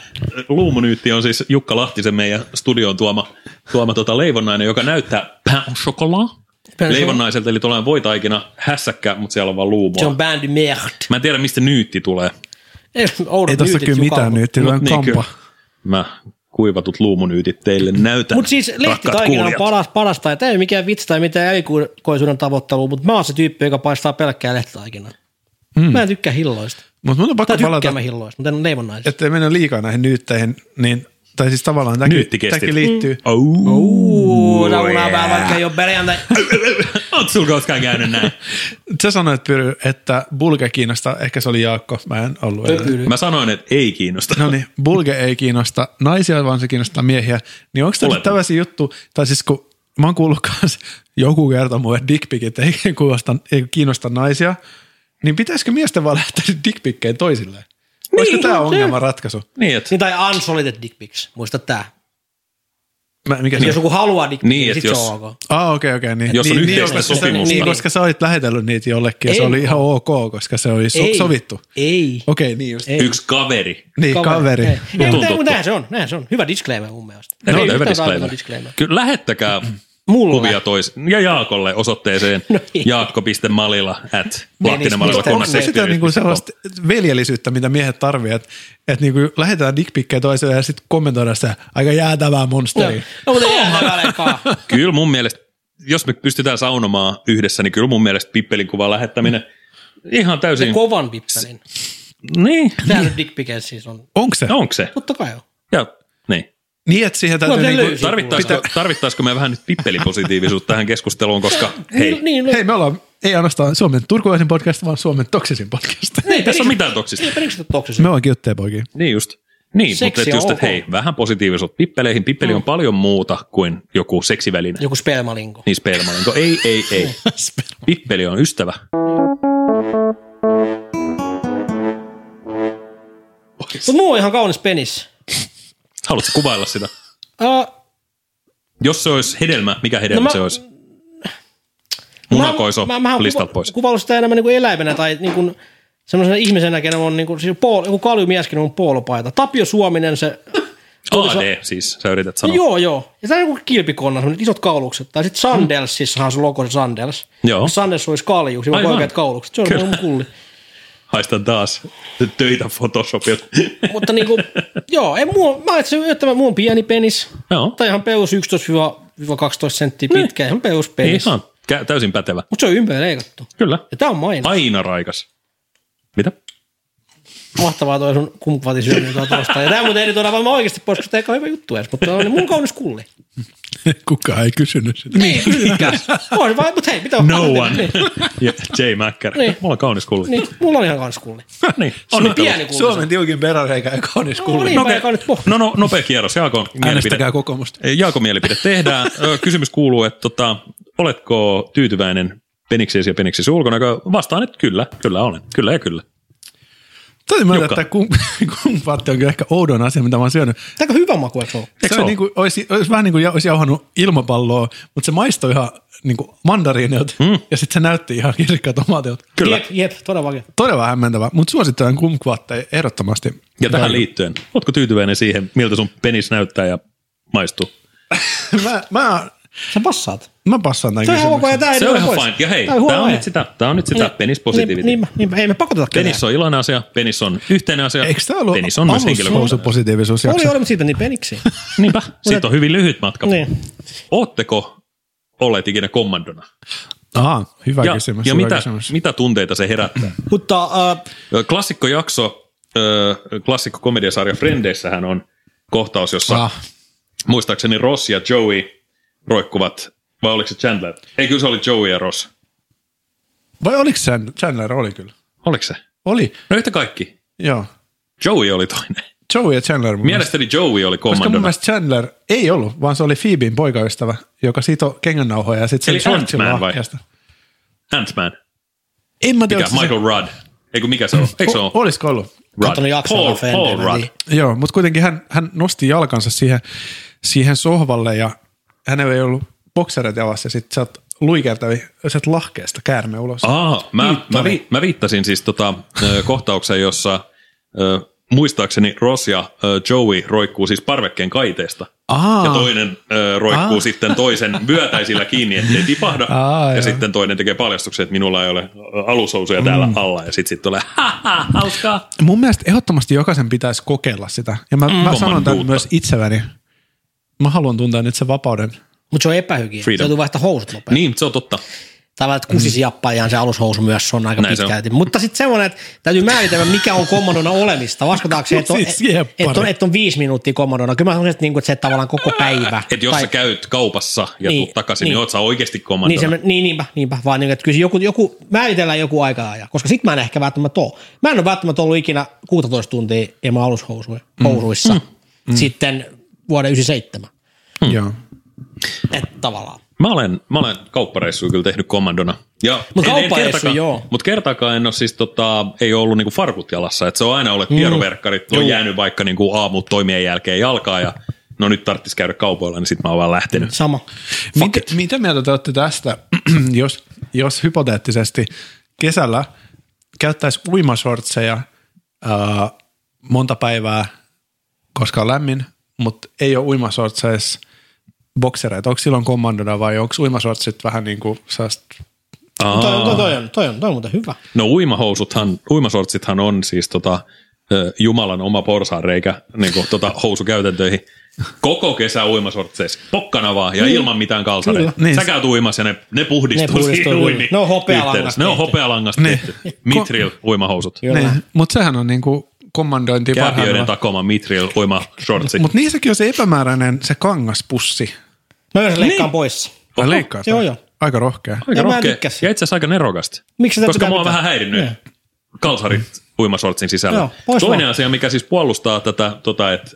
Luumunyytti on siis Jukka Lahtisen meidän studioon tuoma, tuoma tota leivonnainen, joka näyttää pain au chocolat.
au
Leivonnaiselta, eli tuollainen voitaikina hässäkkä, mutta siellä on vaan luumua.
Se on bändi merd.
Mä en tiedä, mistä nyytti tulee.
Oudot
Ei tossa
nyytit
kyllä
joka on.
mitään nyt, vaan
Mut
kampa.
kyllä. Mä kuivatut luumunyytit teille näytän.
Mutta siis lehtitaikina on paras, parasta, ja tämä ei ole mikään vitsi tai mitään erikoisuuden tavoittelu, mutta mä oon se tyyppi, joka paistaa pelkkää lehtitaikinaa. Mm.
Hmm.
Mä en tykkää hilloista.
Mutta mun on pakko
Tai tykkään
palata,
mä hilloista, mutta en ole leivonnaisia.
ettei mennä liikaa näihin nyytteihin. Niin, tai siis tavallaan tämäkin,
Nyyttikestit.
tämäkin liittyy. Mm.
Uuu, saunaa päällä, vaikka ei ole perjantai.
Oot sulko koskaan käynyt näin?
Sä sanoit, Pyry, että Bulge kiinnostaa. Ehkä se oli Jaakko. Mä en ollut. edellä.
Pöpyily.
Mä sanoin, että ei kiinnosta.
No niin, bulge ei kiinnosta naisia, vaan se kiinnostaa miehiä. Niin onko tämä
Oletan.
tällaisia juttu, tai siis kun mä oon kuullut kans, joku kerta mulle dickpikit ei, kuulosta, ei kiinnosta naisia, niin pitäisikö miesten vaan lähteä dickpikkeen toisilleen? Niin, Olisiko tämä
se-
ongelman ratkaisu?
Niin, että
Niin, tai unsolided dick pics, muista tää.
Mä, mikä
Jos
se on?
joku haluaa dick pics,
Niin,
niin,
et
sit se
jos-
on ok.
Ah, okei, okay, okei. Okay, niin,
Jos on
niin,
yhteistä
koska sä-
sopimusta.
Niin, koska sä olit lähetellyt niitä jollekin ja se
Ei.
oli ihan ok, koska se oli so,
Ei.
sovittu.
Ei.
Okei, okay, niin just.
Ei.
yksi kaveri
Niin, kaveri.
Ei, ei
Tuttu.
mutta mutta näinhän se on, näinhän se on. Hyvä disclaimer mun mielestä.
No,
Ei
hyvä
mitään
disclaimer.
tarkoita disclaimer.
Kyllä lähettäkää
Mulle.
kuvia tois Mm. ja Jaakolle osoitteeseen no,
No niin.
jaakko.malila at
Mutta
Onko
lahtinamalilla
se sitä niinku sellaista veljellisyyttä, mitä miehet tarvii, että et niinku lähdetään dickpikkejä toiselle ja sitten kommentoidaan sitä aika jäätävää
No,
monsteria.
no mutta ei jää välekaan.
Kyllä mun mielestä, jos me pystytään saunomaan yhdessä, niin kyllä mun mielestä pippelin kuvan lähettäminen ihan täysin.
Kovan pippelin.
niin.
Tää nyt dick pics siis on.
Onko se?
Onko se?
Totta kai on.
Ja, niin.
Niin, että siihen täytyy
Tuo se
niinku,
löysi.
Tarvittaisiko, tarvittaisiko me vähän nyt pippelipositiivisuutta tähän keskusteluun, koska hei,
Niin, niin,
hei me ollaan, ei ainoastaan Suomen turkulaisin podcast, vaan Suomen toksisin podcast.
niin,
ei tässä ole mitään toksista.
Ei periksi toksisia.
me ollaan kilttejä poikia.
Niin just. Niin,
Seksi
mutta et
on
just,
ok.
että hei, vähän positiivisuutta pippeleihin. Pippeli on paljon muuta kuin joku seksiväline.
Joku spermalinko.
Niin spermalinko. Ei, ei, ei. Pippeli on ystävä.
Mutta muu on ihan kaunis penis.
Haluatko kuvailla sitä?
Uh,
Jos se olisi hedelmä, mikä hedelmä no
No mä-
se olisi? Munakoiso,
Mä- mä- mähän oon
listalta
kuva-
pois.
Kuvaillut sitä enemmän niin kuin eläimenä tai niin kuin semmoisena ihmisenä, kenen on niin kuin, siis pool, joku kaljumieskin on poolopaita. Tapio Suominen se...
AD siis, sä yrität sanoa.
Joo, joo. Ja tämä on joku kilpikonna, semmoiset isot kaulukset. Tai sitten Sandels, siis on sun logo se Sandels.
Mm. Joo.
Sandels olisi kalju, sillä on
Aivan.
oikeat kaulukset. Se on
Kyllä.
mun kulli.
Haistan taas töitä Photoshopilta.
Mutta niinku, joo, en mua, mä ajattelin, että mä- mulla on pieni penis.
Joo. Niin.
Tai ihan peus 11-12 senttiä pitkä, ihan peus penis.
Ihan kä- täysin pätevä.
Mutta se on ympäri leikattu.
Kyllä.
Ja tää on mainos.
Aina raikas. Mitä?
Mahtavaa toi sun kumppati syönyt tuolla tuosta. Ja tää muuten ei nyt ole varmaan oikeasti pois, koska tää ei ole hyvä juttu edes, mutta tää on mun kaunis kulli.
Kukaan ei kysynyt sitä.
Niin, kyllä. On vaan, mutta hei, mitä on?
No one.
Niin,
Ja J. Mäkkäri.
Niin.
Mulla on kaunis kulli.
niin, mulla on ihan kaunis kulli.
niin.
Se on
Onnittelut.
pieni kulli.
Suomen tiukin peräreikä ja kaunis
No
kulli.
niin,
No
okay.
okei.
joka on nyt pohja.
No, no, nopea kierros. Jaakon mielipide.
Äänestäkää kokoomusta.
Jaakon mielipide tehdään. Ö, Kysymys kuuluu, että tota, oletko tyytyväinen peniksiesi ja peniksesi ulkonäkö? Vastaan, että kyllä, kyllä olen. Kyllä ja kyllä.
Täytyy myöntää,
Jukka.
että kum- kumppaatti on kyllä ehkä oudon asia, mitä mä oon syönyt.
Tää on hyvä maku, eikö se ole?
Eikö
se
oo?
on niin kuin, olisi, olisi vähän niin kuin olisi jauhannut ilmapalloa, mutta se maistoi ihan niin kuin mandariinilta mm. ja sitten se näytti ihan kirkkaalta tomaatilta.
Kyllä.
Jep, jep, todellakin.
Todella hämmentävä, mutta suosittelen kumkvaatteja ehdottomasti.
Ja tähän liittyen, ootko tyytyväinen siihen, miltä sun penis näyttää ja maistuu?
mä, mä,
Sä passaat.
mä passaan tämän
Se on ihan ok, ja
kysymyksen.
tää ei
Se
tule
on ihan
pois.
fine. Ja hei,
Tää on huono
tämä on,
aihe.
nyt sitä, tää on nyt sitä penispositiivitiä.
Niin, niin, niin, ei me pakoteta
Penis on iloinen asia, penis on yhteinen asia,
Eikö tämä ollut
penis on myös
alushousu
henkilökohtainen.
positiivisuusjakso?
Oli, oli, mutta siitä meni peniksi.
Niinpä, siitä on hyvin lyhyt matka.
niin.
Ootteko olleet ikinä kommandona?
Aha, hyvä
Ja,
kysymys.
ja
hyvä
mitä,
kysymys.
mitä tunteita se herättää?
Mutta äh,
Ö, Klassikkojakso, ö, klassikkokomediasarja Frendeissähän on kohtaus, jossa ah.
Ah,
muistaakseni Ross ja Joey roikkuvat, vai oliko se Chandler? Ei, kyllä se oli Joey ja Ross.
vai oliko Chandler? Chandler oli kyllä.
Oliko se?
Oli,
No yhtä kaikki.
joo.
Joey oli toinen.
Joey ja Chandler. mun mielestä.
Mielestäni Joey oli
Koska mun
kommandona.
mielestä Chandler ei ollut, vaan se oli Phoebein poikaystävä, joka sitoi kengännauhoja ja sitten
Eli
sen shortsilla
Ant-Man vai?
ahkeasta.
Ant-Man.
En mä tiedä,
Mikä?
oliko se-
Michael Rudd. Eikö mikä se on? Eikö se ole?
O- Olisiko ollut?
Katsonut jakson
Paul,
Offended,
Paul Rudd.
niin.
Joo, mutta kuitenkin hän, hän nosti jalkansa siihen, siihen sohvalle ja hänellä ei ollut boksereita jalassa ja sitten sä oot luikertävi, sä oot lahkeesta käärme ulos.
Aa, mä, mä, vi, mä viittasin siis tota, ö, kohtaukseen, jossa ö, muistaakseni Ross ja ö, Joey roikkuu siis parvekkeen kaiteesta.
Ah.
Aa.
Ja toinen ö, roikkuu
Aa.
sitten toisen vyötäisillä kiinni, ettei tipahda.
Aa,
Ah,
ja
joo.
sitten toinen tekee paljastuksen, että minulla ei ole ö, alushousuja täällä
Mm.
alla. Ja sitten sit tulee, ha, ha, hauskaa.
Mun mielestä ehdottomasti jokaisen pitäisi kokeilla sitä. Ja mä, mm, mä sanon
Kommanduutta.
tämän myös itselläni. Mä haluan tuntea nyt sen vapauden.
mutta se on epähygiä. Se
Freedom.
joutuu vaihtaa housut nopeasti.
Niin, se on totta.
Tavallaan, että kusisi jappaa ihan se alushousu myös, se on aika
Näin se on.
pitkälti. Mutta sitten semmoinen, että täytyy määritellä, mikä on kommandona olemista. Vastataan se, että on,
Siis jeppari.
et, on, et on viisi minuuttia kommandona. Kyllä mä sanoisin, että, niinku, että se että tavallaan koko päivä.
Että jos tai... sä käyt kaupassa ja niin,
Niin,
tuut takaisin, niin,
niin.
niin oot sä oikeasti
niin, se,
komandona. Niin,
niin, niinpä, niinpä, vaan niin, että kyllä se joku, joku, määritellään joku aikaaja, koska sit mä en ehkä välttämättä oo. Mä en ole välttämättä ollut ikinä 16 tuntia ja mä alushousuissa mm. Mm. sitten vuoden 97.
Hmm.
Mm. Joo.
Että tavallaan.
Mä olen, mä olen kauppareissuja kyllä tehnyt kommandona. Ja
Mut
en- en
kauppareissuja,
kertaakaan-
joo.
Mut kertaakaan en ole siis tota, ei ole ollut niinku farkut jalassa. Et se on aina ollut
Mm.
pieruverkkarit, on jäänyt vaikka niinku aamu toimien jälkeen jalkaa ja no nyt tarvitsisi käydä kaupoilla, niin sit mä oon vaan lähtenyt.
Sama.
Mitä, mitä mieltä te olette tästä, jos, jos hypoteettisesti kesällä käyttäisi uimashortseja ää, monta päivää, koska on lämmin, mutta ei ole uimashortseissa boksereita. Onko silloin kommandona vai onko uimashortsit vähän niin kuin
Toi, on- toi, toi, on, toi, on, toi on muuten hyvä.
No uimahousuthan, uimasortsithan on siis tota, ö, Jumalan oma porsaanreikä niinku, tota, housukäytäntöihin. Koko kesä uimasortseissa, pokkana vaan ja ilman mitään kalsareita.
Kyllä. Niin.
Sä käyt uimassa ja ne, ne puhdistuu,
Ne puhdistuu,
siinä
kyllä.
uinnin
Ne on hopealangasta
yhteydessä. Ne on
tehty.
hopealangasta
Niin.
tehty. Mitril uimahousut.
Kyllä.
Mutta Niin, sehän on niin kuin kommandointi
no.
Kääpiöiden takoma Mitril uima shortsi.
Mutta niissäkin on se epämääräinen se kangaspussi.
No jos leikkaan niin. pois.
Vai leikkaa sitä?
Joo, joo.
Aika rohkea.
Aika
Ja mä
rohkea.
tykkäsin.
Ja itse asiassa aika nerokasta.
Miksi sitä
Koska
pitää
mua on
pitää?
vähän häirinnyt
Joo.
kalsarit uimasortsin sisällä.
Niin. Joo, pois
Toinen
vaan.
asia, mikä siis puolustaa tätä, tota, että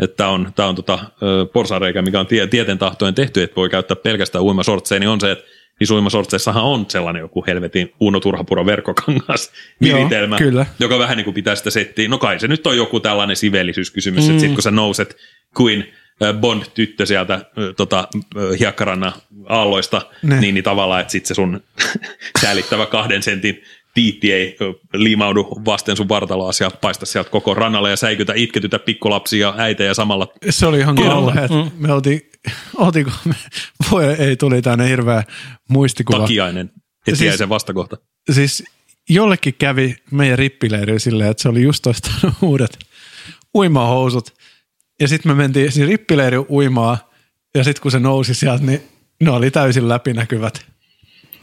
että on, tämä on tota, ö, porsareikä, mikä on tie, tieten tahtojen tehty, että voi käyttää pelkästään uimasortseja, niin on se, että niissä uimasortseissahan on sellainen joku helvetin Uno Turhapuro verkkokangas
Joo,
viritelmä,
kyllä.
joka vähän niin kuin pitää sitä settiä. No kai se nyt on joku tällainen siveellisyyskysymys, mm. että sit kun sä nouset kuin ö, Bond-tyttö sieltä ö, tota, ö, hiekkarannan aalloista,
Ne.
ne. niin, niin tavallaan, että sit se sun säällittävä kahden sentin tiitti ei ö, liimaudu vasten sun vartaloa ja paista sieltä koko rannalle ja säikytä, itketytä pikkulapsia, äitejä samalla.
Se oli ihan kauhea. Mm. Me oltiin, oltiinko me, voi ei, tuli tänne hirveä muistikuva.
Takiainen, että
Siis-
siis... sen vastakohta.
Siis jollekin kävi meidän rippileiri silleen, että se oli just ostanut uudet uimahousut. Ja sitten me mentiin siis rippileiri uimaa ja sitten kun se nousi sieltä, niin ne oli täysin läpinäkyvät.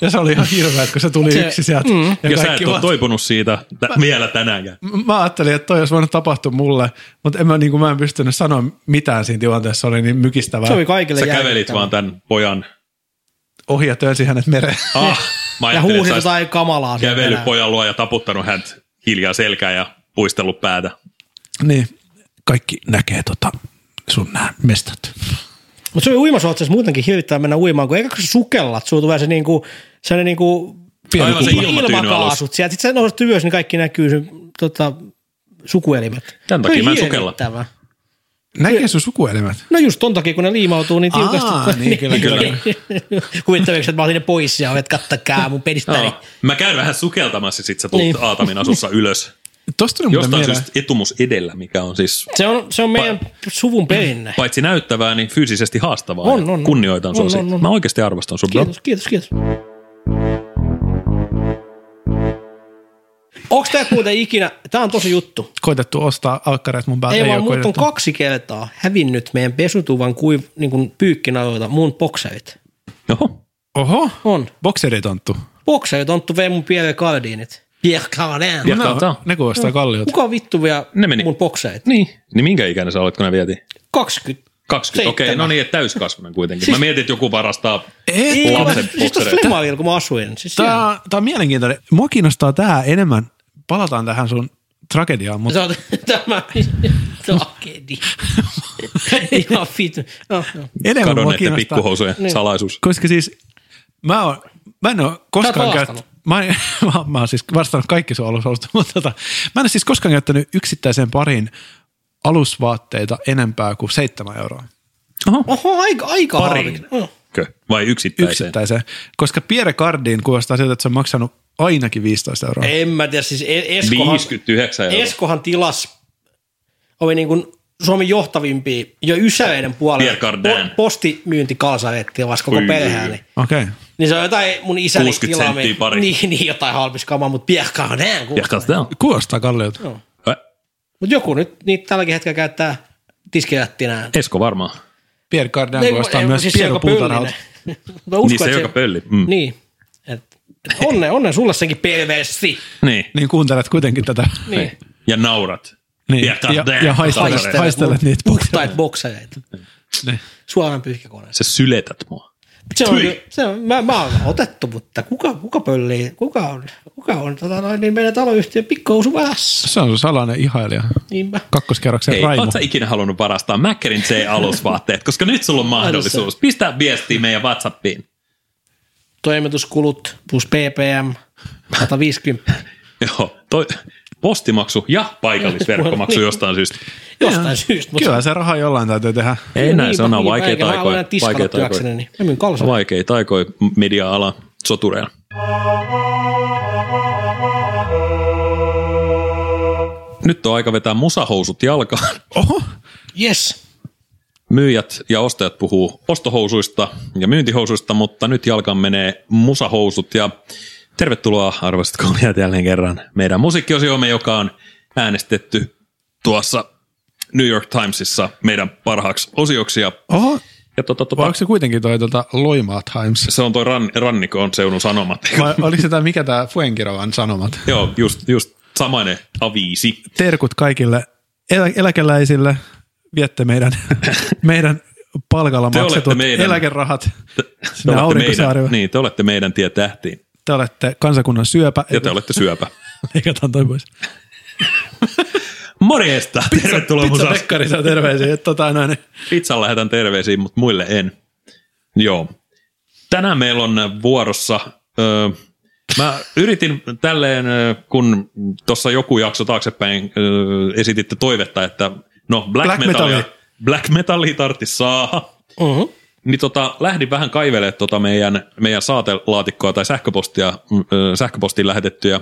Ja se oli ihan hirveä, kun se tuli
Se-
yksi sieltä. Mm.
Ja, ja sä et
kaikki
ole
vaan-
toipunut siitä t- vielä tänäänkään.
M- mä ajattelin, että toi olisi voinut tapahtua mulle, mutta en mä, niin kuin, mä en pystynyt sanoa mitään siinä tilanteessa, se oli niin mykistävää.
Se oli kaikille
Sä kävelit
järkyttävää.
vaan tämän pojan.
Ohja työnsi hänet mereen.
Ah, mä
Ja
ajattelin,
huusit
että sä
jotain kamalaa.
olisit
siellä
kävellyt
enää.
pojan luo ja taputtanut häntä hiljaa selkään ja puistellut päätä.
niin, kaikki näkee tota sun nämä mestat.
Mutta se oli uimasotsessa muutenkin hirvittää mennä uimaan, kun eikä kun sä sukellat, sulla tulee se niinku, sellainen niinku
Aivan se
ilma-
ilmatyyny
ilmakaasut sieltä. Sitten sä nouset ylös, niin kaikki näkyy sun tota, sukuelimet.
Tän
Se oli
takia mä en sukella.
hirvittävää.
Näkee sun sukuelimet.
No just ton takia, kun ne liimautuu niin tiukasti.
Aa, niin, kyllä,
kyllä.
Kuvittaviksi, että mä otin ne pois ja olet kattakaa mun pelistäni.
Joo. Mä käyn vähän sukeltamassa ja sit sä tulet
Niin.
niin. Aatamin asussa ylös.
Tuosta tuli muuten
Jostain
mieleen.
syystä etumus edellä, mikä on siis
Se on, se on meidän suvun perinne.
paitsi näyttävää, niin fyysisesti haastavaa.
On,
ja
on, on.
Kunnioitan sua
On,
siitä.
on, on.
Mä oikeasti arvostan sun. bro.
Kiitos, kiitos, kiitos. Onks tää muuten ikinä, tää on tosi juttu.
Koitettu ostaa alkkareet mun päältä.
Ei vaan, mut on
koitettu.
kaksi kertaa hävinnyt meidän pesutuvan kuiv, niin kuin pyykkinajoilta mun bokserit.
Oho.
Oho,
On.
bokseritonttu.
Bokserit on vei mun Pierre Cardinit. Pierre Cardin.
Ja-
No,
Katsotaan.
ne kuulostaa kalliota.
Kuka vittu vielä
Ne meni.
mun bokserit?
Niin. Niin minkä ikäinen sä olet, kun ne vietiin?
20.
20. Okei, okay,
Seitsemän.
no niin, että täyskasvunen kuitenkin.
Siis-
Mä mietin, että joku varastaa
Ei,
Ei, mä,
lapsen
siis tuossa
boksereita.
Sumarilla, kun mä asuin. Siis siellä.
Tämä, tämä on mielenkiintoinen. Mua kiinnostaa tämä enemmän. Palataan tähän sun tragediaan, mutta
Sä oot- Tämä tragedi. Ihan vitu. No, no.
enemmän mua
kadonneiden
kiinnostaa.
pikkuhousujen
Niin.
salaisuus.
Koska siis mä, oon, mä en ole koskaan
haastanut.
käyttänyt... Mä, en- mä, oon- mä oon siis vastannut kaikki sun alusalusta, mutta tota, mä en ole siis koskaan käyttänyt yksittäiseen parin alusvaatteita enempää kuin seitsemän euroa.
Oho, aika, aika No.
Pariin.
harvinaista. Joo.
Kö? Vai yksittäiseen?
Yksittäiseen. Koska Pierre Cardin kuulostaa siltä, että se on maksanut ainakin 15 euroa.
En mä tiedä, siis E- Eskohan,
59 euroa.
Eskohan tilas oli niin kuin Suomen johtavimpia jo Ysäreiden puolella
Pierre Cardin.
postimyyntikalsareet tilas koko
Oi,
perheelle. Niin.
Okei. Okay.
niin se on jotain mun isäni
60 senttiä pari.
Niin, niin jotain halpiskamaa, mutta Pierre Cardin.
Ja katsotaan.
Kuulostaa kalliilta. Joo.
Äh,
Mutta joku nyt niitä tälläkin hetkellä käyttää tiskirättinään.
Esko varmaan.
Pierre Cardin
Ei,
kuulostaa
ei,
myös
siis
siis
se,
Pierre
joka
Puutarhalta.
pöllinen. Mä uskon,
Niin se,
että
joka pölli. Mm.
Niin. Et, et onne, onne sulle senkin perversi.
Niin.
Niin kuuntelet kuitenkin tätä.
Niin.
Ja naurat.
Niin.
Ja,
Ja,
katsotaan.
ja haistelet,
Haistelet.
haistelet niitä bokseja.
Puhtaita boksereita.
Niin.
Suoran pyyhkäkoneessa.
Sä syletät mua.
Se on,
Tyi.
se on, mä, mä oon otettu, mutta kuka, kuka pöllii, kuka on, kuka on tota noin, niin meidän taloyhtiön pikkousu vähässä.
Se on sun salainen ihailija.
Niinpä.
Kakkoskerroksen
Ei,
Raimo.
oot sä ikinä halunnut varastaa Mäkkärin C-alusvaatteet, koska nyt sulla on mahdollisuus. Pistää viestiä meidän WhatsAppiin.
Toimituskulut plus PPM 150.
Joo, toi, postimaksu ja paikallisverkkomaksu jostain syystä.
Jostain
Joo.
syystä.
Kyllä se raha jollain täytyy tehdä.
Ei näin sanoa,
niinpä,
vaikeita
eikä mä
aikoja.
enää tiskannut
Vaikeita
työkseni,
aikoja.
Niin. Mä myyn kalsa.
Vaikeita aikoja media-ala sotureilla. Nyt on aika vetää musahousut jalkaan.
Oho,
Yes.
Myyjät ja ostajat puhuu ostohousuista ja myyntihousuista, mutta nyt jalkaan menee musahousut ja tervetuloa arvoisat kuulijat jälleen kerran meidän musiikkiosioomme, joka on äänestetty tuossa New York Timesissa meidän parhaaksi osioksi ja,
oho.
ja tota, tota,
Vai onko se kuitenkin toi tota, Loimaa Times?
se on toi ran, rannikon seudun sanomat.
Vai oliko se tämä, mikä tämä Fuenkirovan sanomat?
Joo, just, just samainen aviisi.
Terkut kaikille elä, eläkeläisille. Viette meidän, meidän palkalla
Te
maksetut
olette meidän-
eläkerahat.
Te
Sinä
olette,
aurinkosaarelle.
meidän,
Niin.
niin, te olette meidän tie tähtiin
Te olette kansakunnan syöpä.
ja te olette syöpä.
Leikataan toi pois.
Morjesta! Tervetuloa
Pizza
musas.
Pekkari saa terveisiä. Tota, noin.
Pizzan lähetän terveisiä, mutta muille en. Joo. Tänään meillä on vuorossa, ö, mä yritin tälleen, ö, kun tuossa joku jakso taaksepäin ö, esititte toivetta, että no black,
Black
black metalia,
metalli.
black metallia tarttis saa.
Uh-huh.
Niin tota, lähdin vähän kaivelemaan tota meidän, meidän saatelaatikkoa tai sähköpostia, mm, ö, sähköpostiin lähetettyjä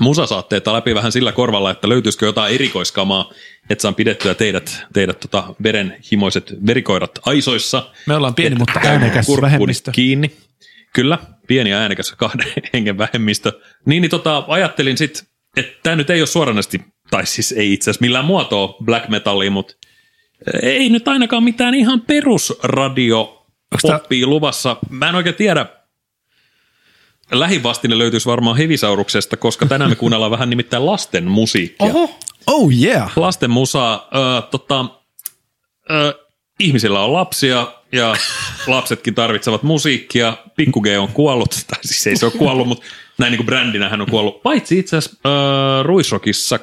musasaatteita läpi vähän sillä korvalla, että löytyisikö jotain erikoiskamaa, että saan pidettyä teidät, teidät tota verenhimoiset verikoirat aisoissa.
Me ollaan pieni,
Että
mutta
käykää
äänekäs
kurkkuun
vähemmistö.
Kiinni. Kyllä, pieni ja äänekäs kahden hengen vähemmistö. Niin, niin tota, ajattelin sitten, että tämä nyt ei ole suoranaisesti, tai siis ei itse asiassa millään muotoa black metallia, mutta ei nyt ainakaan mitään ihan perusradio
tää-
poppia luvassa. Mä en oikein tiedä. Lähivastine löytyisi varmaan Hevisauruksesta, koska tänään me kuunnellaan vähän nimittäin lasten musiikkia.
Oho,
Oh yeah!
Lasten musaa. Ö, tota, ö, ihmisillä on lapsia ja lapsetkin tarvitsevat musiikkia. Pikku G on kuollut, tai siis ei se ole kuollut, mutta näin niin kuin brändinä hän on kuollut. Paitsi itse asiassa äh, ö, Ruisrockissa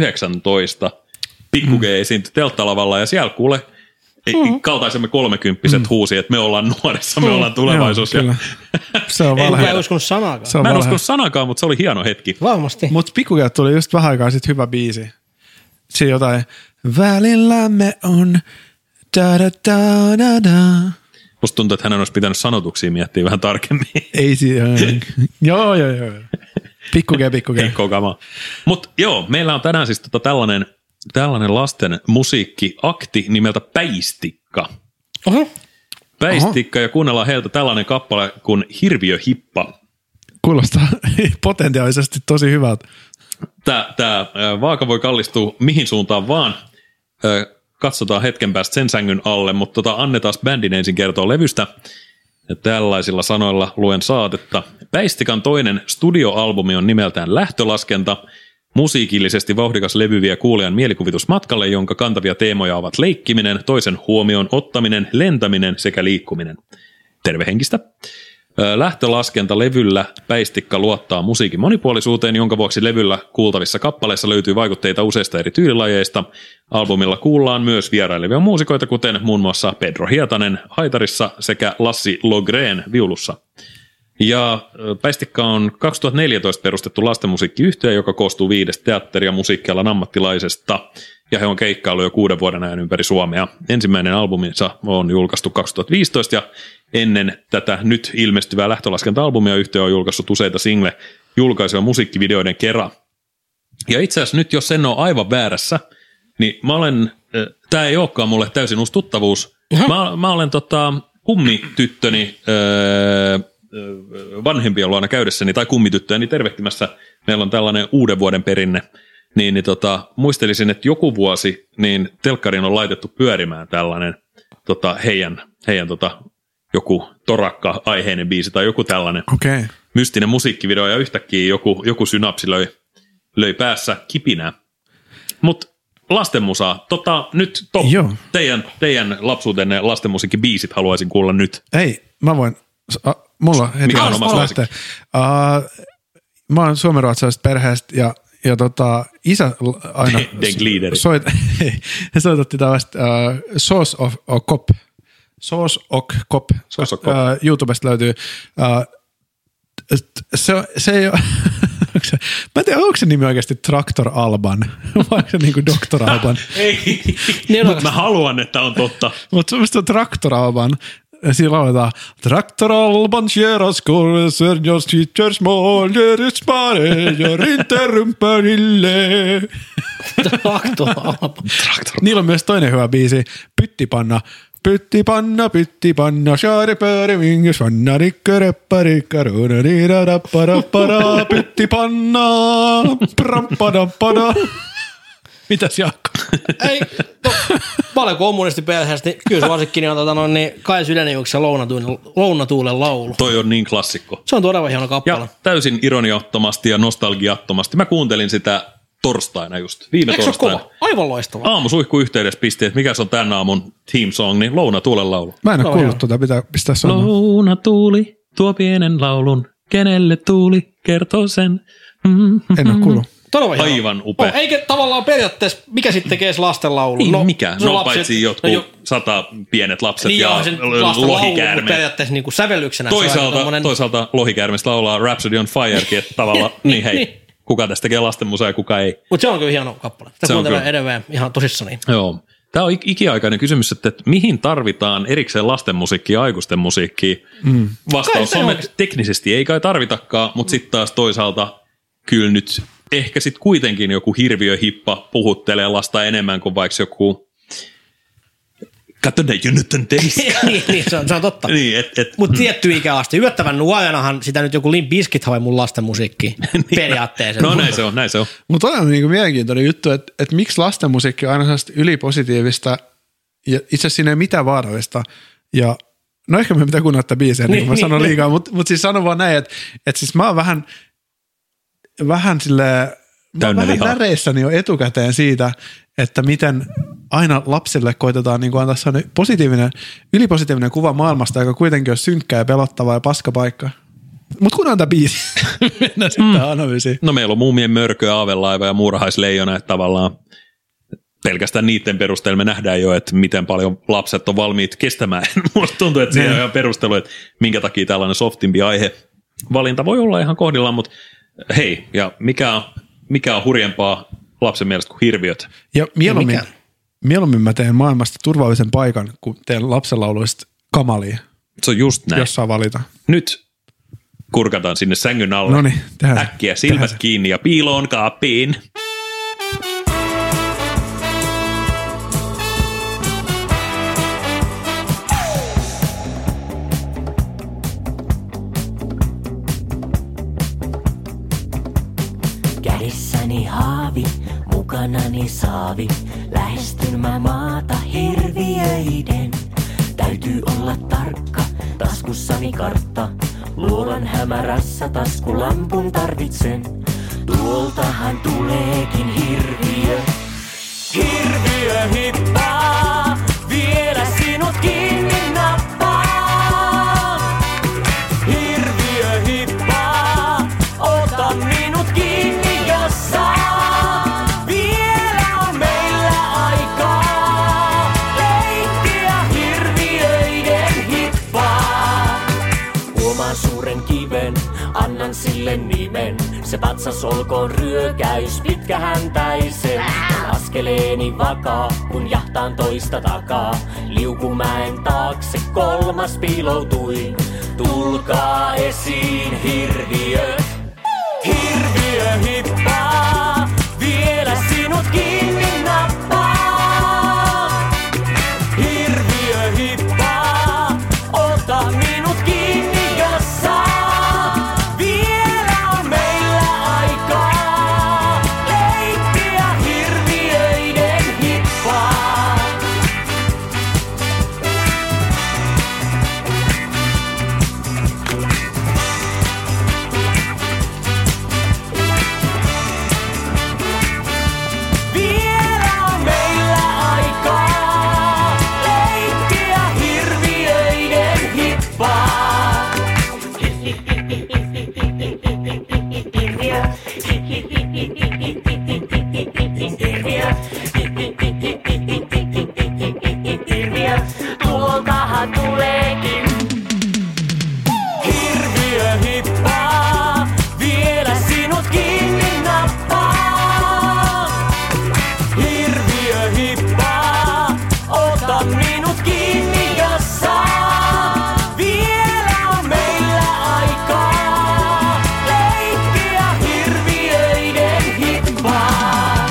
2019 Pikku G esiintyi telttalavalla ja siellä kuule mm. kaltaisemme kolmekymppiset mm. huusi, että me ollaan nuorissa, me ollaan tulevaisuus.
Joo,
ja,
kyllä. Se on
En
en
valhe.
kyllä uskonut sanaakaan.
Se on
mä en
valhe.
usko sanakaan, mutta se oli hieno hetki.
Varmasti.
Mutta pikkukäät tuli just vähän aikaa sitten hyvä biisi. Siinä jotain, välillämme on da da da da da.
Musta tuntuu, että hänen olisi pitänyt sanotuksia miettiä vähän tarkemmin.
Ei siinä. joo, joo, joo. Pikkukä, pikkukä.
Heikkoa kamaa. Mutta joo, meillä on tänään siis tota tällainen, tällainen lasten musiikkiakti nimeltä Päistikka.
Oho.
Päistikka ja kuunnellaan heiltä tällainen kappale kuin Hirviöhippa.
Kuulostaa potentiaalisesti tosi hyvältä.
Tämä, tämä vaaka voi kallistua mihin suuntaan vaan. Ö, Katsotaan hetken päästä sen sängyn alle, mutta tota, annetaan bändin ensin kertoa levystä. Ja tällaisilla sanoilla luen saatetta. Päistikan toinen studioalbumi on nimeltään Lähtölaskenta. Musiikillisesti vauhdikas levy vie kuulijan mielikuvitusmatkalle, jonka kantavia teemoja ovat leikkiminen, toisen huomioon ottaminen, lentäminen sekä liikkuminen. Tervehenkistä. Ö, Lähtölaskenta levyllä Päistikka luottaa musiikin monipuolisuuteen, jonka vuoksi levyllä kuultavissa kappaleissa löytyy vaikutteita useista eri tyylilajeista. Albumilla kuullaan myös vierailevia muusikoita, kuten muun muassa Pedro Hietanen haitarissa sekä Lassi Logreen viulussa. Ja ö, Päistikka on 2014 perustettu lastenmusiikkiyhtiö, joka koostuu viidestä teatteri- ja musiikkialan ammattilaisesta. Ja he on keikkailu jo kuuden vuoden ajan ympäri Suomea. Ensimmäinen albuminsa on julkaistu 2015 ja ennen tätä nyt ilmestyvää lähtölaskenta-albumia yhtiö on julkaissut useita single-julkaisuja musiikkivideoiden kerran. Ja itse asiassa nyt, jos en ole aivan väärässä, niin mä olen, tämä ei olekaan mulle täysin uusi tuttavuus. Mä, mä olen tota, kummityttöni eh, öö, öö, vanhempien luona käydessäni tai kummityttöäni tervehtimässä. Meillä on tällainen uuden vuoden perinne. Niin, niin tota, muistelisin, että joku vuosi niin telkkariin on laitettu pyörimään tällainen tota, heidän, heidän tota, joku torakka-aiheinen biisi tai joku tällainen
Okei. Okay.
mystinen musiikkivideo ja yhtäkkiä joku, joku synapsi löi, löi päässä kipinää. Mutta lastenmusaa, tota, nyt top,
Joo.
teidän, teidän lapsuutenne lastenmusiikin biisit haluaisin kuulla nyt.
Ei, mä voin. s- A, mulla heti
Mikä on
lähtee-
oma
lähtee. Uh, mä oon suomenruotsalaisesta perheestä ja, ja tota, isä l- aina
De- de Gliederi.
soit, soitatti tällaista uh, Sauce of o Cop. Sauce och Cop.
Sauce of Cop.
Uh, YouTubesta löytyy. Uh, t- se, se ei ole... onko se, mä en tiedä, onko se nimi oikeasti Traktor Alban vai onko se niin kuin Dr. Alban.
Ei,
Niin
mut
on.
mä haluan, että on totta.
Mutta semmoista on traktoralban. Siinä lauletaan Traktoralban skäras korser, jos tytörs måler i spare, gör inte rumpan ille.
Fakto.
Niillä on myös toinen hyvä biisi, Pyttipanna. Pyttipanna, pyttipanna, sharepööri, mingus, vanna, rikka, reppa, rikka, ruuna, riida, rappa, rappa, ra, pyttipanna, prampa, dampa, da. Mitäs Jaakko?
Ei, no, paljon kommunisti perheestä, niin kyllä suosikkini on tota noin, niin Kai Sydänjuksen lounatuulen, lounatuulen laulu.
Toi on niin klassikko.
Se on todella hieno
Ja
kappale.
täysin ironiattomasti ja nostalgiattomasti. Mä kuuntelin sitä torstaina just, viime
Eikö se ole
torstaina.
kova? Aivan loistava.
Aamusuihku yhteydessä pisti, että mikä se on tämän aamun theme song, niin Louna Tuulen laulu.
Mä en
No
ole
joo.
kuullut
No.
tuota, pitää pistää sanoa.
Louna tuuli, tuo pienen laulun, kenelle tuuli, kertoo sen.
En ole kuullut.
Todella hieno.
Aivan upea.
On, eikä tavallaan periaatteessa, mikä sitten tekee lastenlaulu?
No, mikä?
se on
No,
lapset-
paitsi jotkut
jo-
sata pienet lapset
Niin
ja
joo, sen lastenlaulu, mutta
lohikäärmeet.
periaatteessa niin kuin sävellyksenä. se on aika
Toisaalta,
tommonen-
toisaalta lohikäärmeistä laulaa Rhapsody on Firekin, että tavallaan, niin hei, kuka tästä tekee lastenmusaa ja kuka ei.
Mutta se on kyllä hieno kappale. Sitä
Se on
kuuntelen
kyllä.
edelleen ihan niin- tosissani.
Joo. Tämä on ik- ikiaikainen kysymys, että, että mihin tarvitaan erikseen lasten musiikkia ja aikuisten musiikkia? Mm.
Kai
Vastaus
se
on,
on.
että teknisesti ei kai tarvitakaan, mutta sitten taas toisaalta kyllä nyt ehkä sitten kuitenkin joku hirviöhippa puhuttelee lasta enemmän kuin vaikka joku Katso ne jynnytön teissä.
niin, niin, se, on, se on totta.
niin, et, et,
Mutta tietty ikäaste. Yllättävän nuorenahan sitä nyt joku Limp Bizkit havai mun lasten musiikkiin periaatteessa.
no näin se on, näin se on.
Mutta on niinku mielenkiintoinen juttu, että et miksi lastenmusiikki on aina sellaista ylipositiivista ja itse asiassa siinä ei mitään vaarallista. Ja no ehkä me pitää kuunnella tätä biisiä, niin,
Niin,
niin mä
niin,
sanon
niin.
liikaa, mutta mut siis sanon vaan näin, että et siis mä oon vähän, vähän sille
Täynnä
vähän
lihaa.
väreissäni jo etukäteen siitä, että miten aina lapsille koitetaan niin antaa sellainen positiivinen, ylipositiivinen kuva maailmasta, joka kuitenkin on synkkä ja pelottava ja paska paikka. Mutta kun on tämä biisi, mennään sitten mm. analyysiin.
No meillä on muumien mörkö, aavelaiva ja muurahaisleijona, että tavallaan pelkästään niiden perusteella me nähdään jo, että miten paljon lapset on valmiit kestämään. Musta tuntuu, että
Niin.
siinä on ihan perustelu, että minkä takia tällainen softimpi aihe valinta voi olla ihan kohdillaan, mutta hei, ja mikä on, mikä on hurjempaa lapsen mielestä kuin hirviöt?
Ja mieluummin,
mikään.
mieluummin mä teen maailmasta turvallisen paikan, kun teen lapsenlauluista kamalia,
Se on just näin.
Näin. jos saa valita.
Nyt kurkataan sinne sängyn alle.
Noniin, tehdään se.
Äkkiä silmät
Tehdään No, se.
kiinni ja piiloon kaappiin.
Kädessäni haavi, mukanani saavi. Lähestyn mä maata hirviöiden. Täytyy olla tarkka, taskussani kartta. Luolan hämärässä taskulampun tarvitsen. Tuoltahan tuleekin hirviö. Hirviö hippaa, vielä sinut kiinni nappaa. Hirviö hippaa, ota minut kiinni jos saa. Vielä on meillä aikaa leikkiä hirviöiden hippaa. Huomaan suuren kiven, annan sille nimen. Se vatsas olkoon ryökäys pitkähäntäisen. On Askeleeni vakaa, kun jahtaan toista takaa. Liukumäen taakse kolmas piiloutui. Tulkaa esiin hirviö. Hirviö hippaa, vielä sinut kiinni nappaa. Hirviö hippaa, ota minut kiinni jos saa. Vielä on meillä aikaa leikkiä hirviöiden hippaa. Vielä on meillä aikaa leikkiä hirviöiden hippaa. Hirviö. Hirviö. Hirviö. Tuoltahan tuleekin Hirviö hippaa, vielä sinut kiinni nappaa. Hirviö hippaa, ota minut kiinni jos saa. Vielä on meillä aikaa leikkiä hirviöiden hippaa.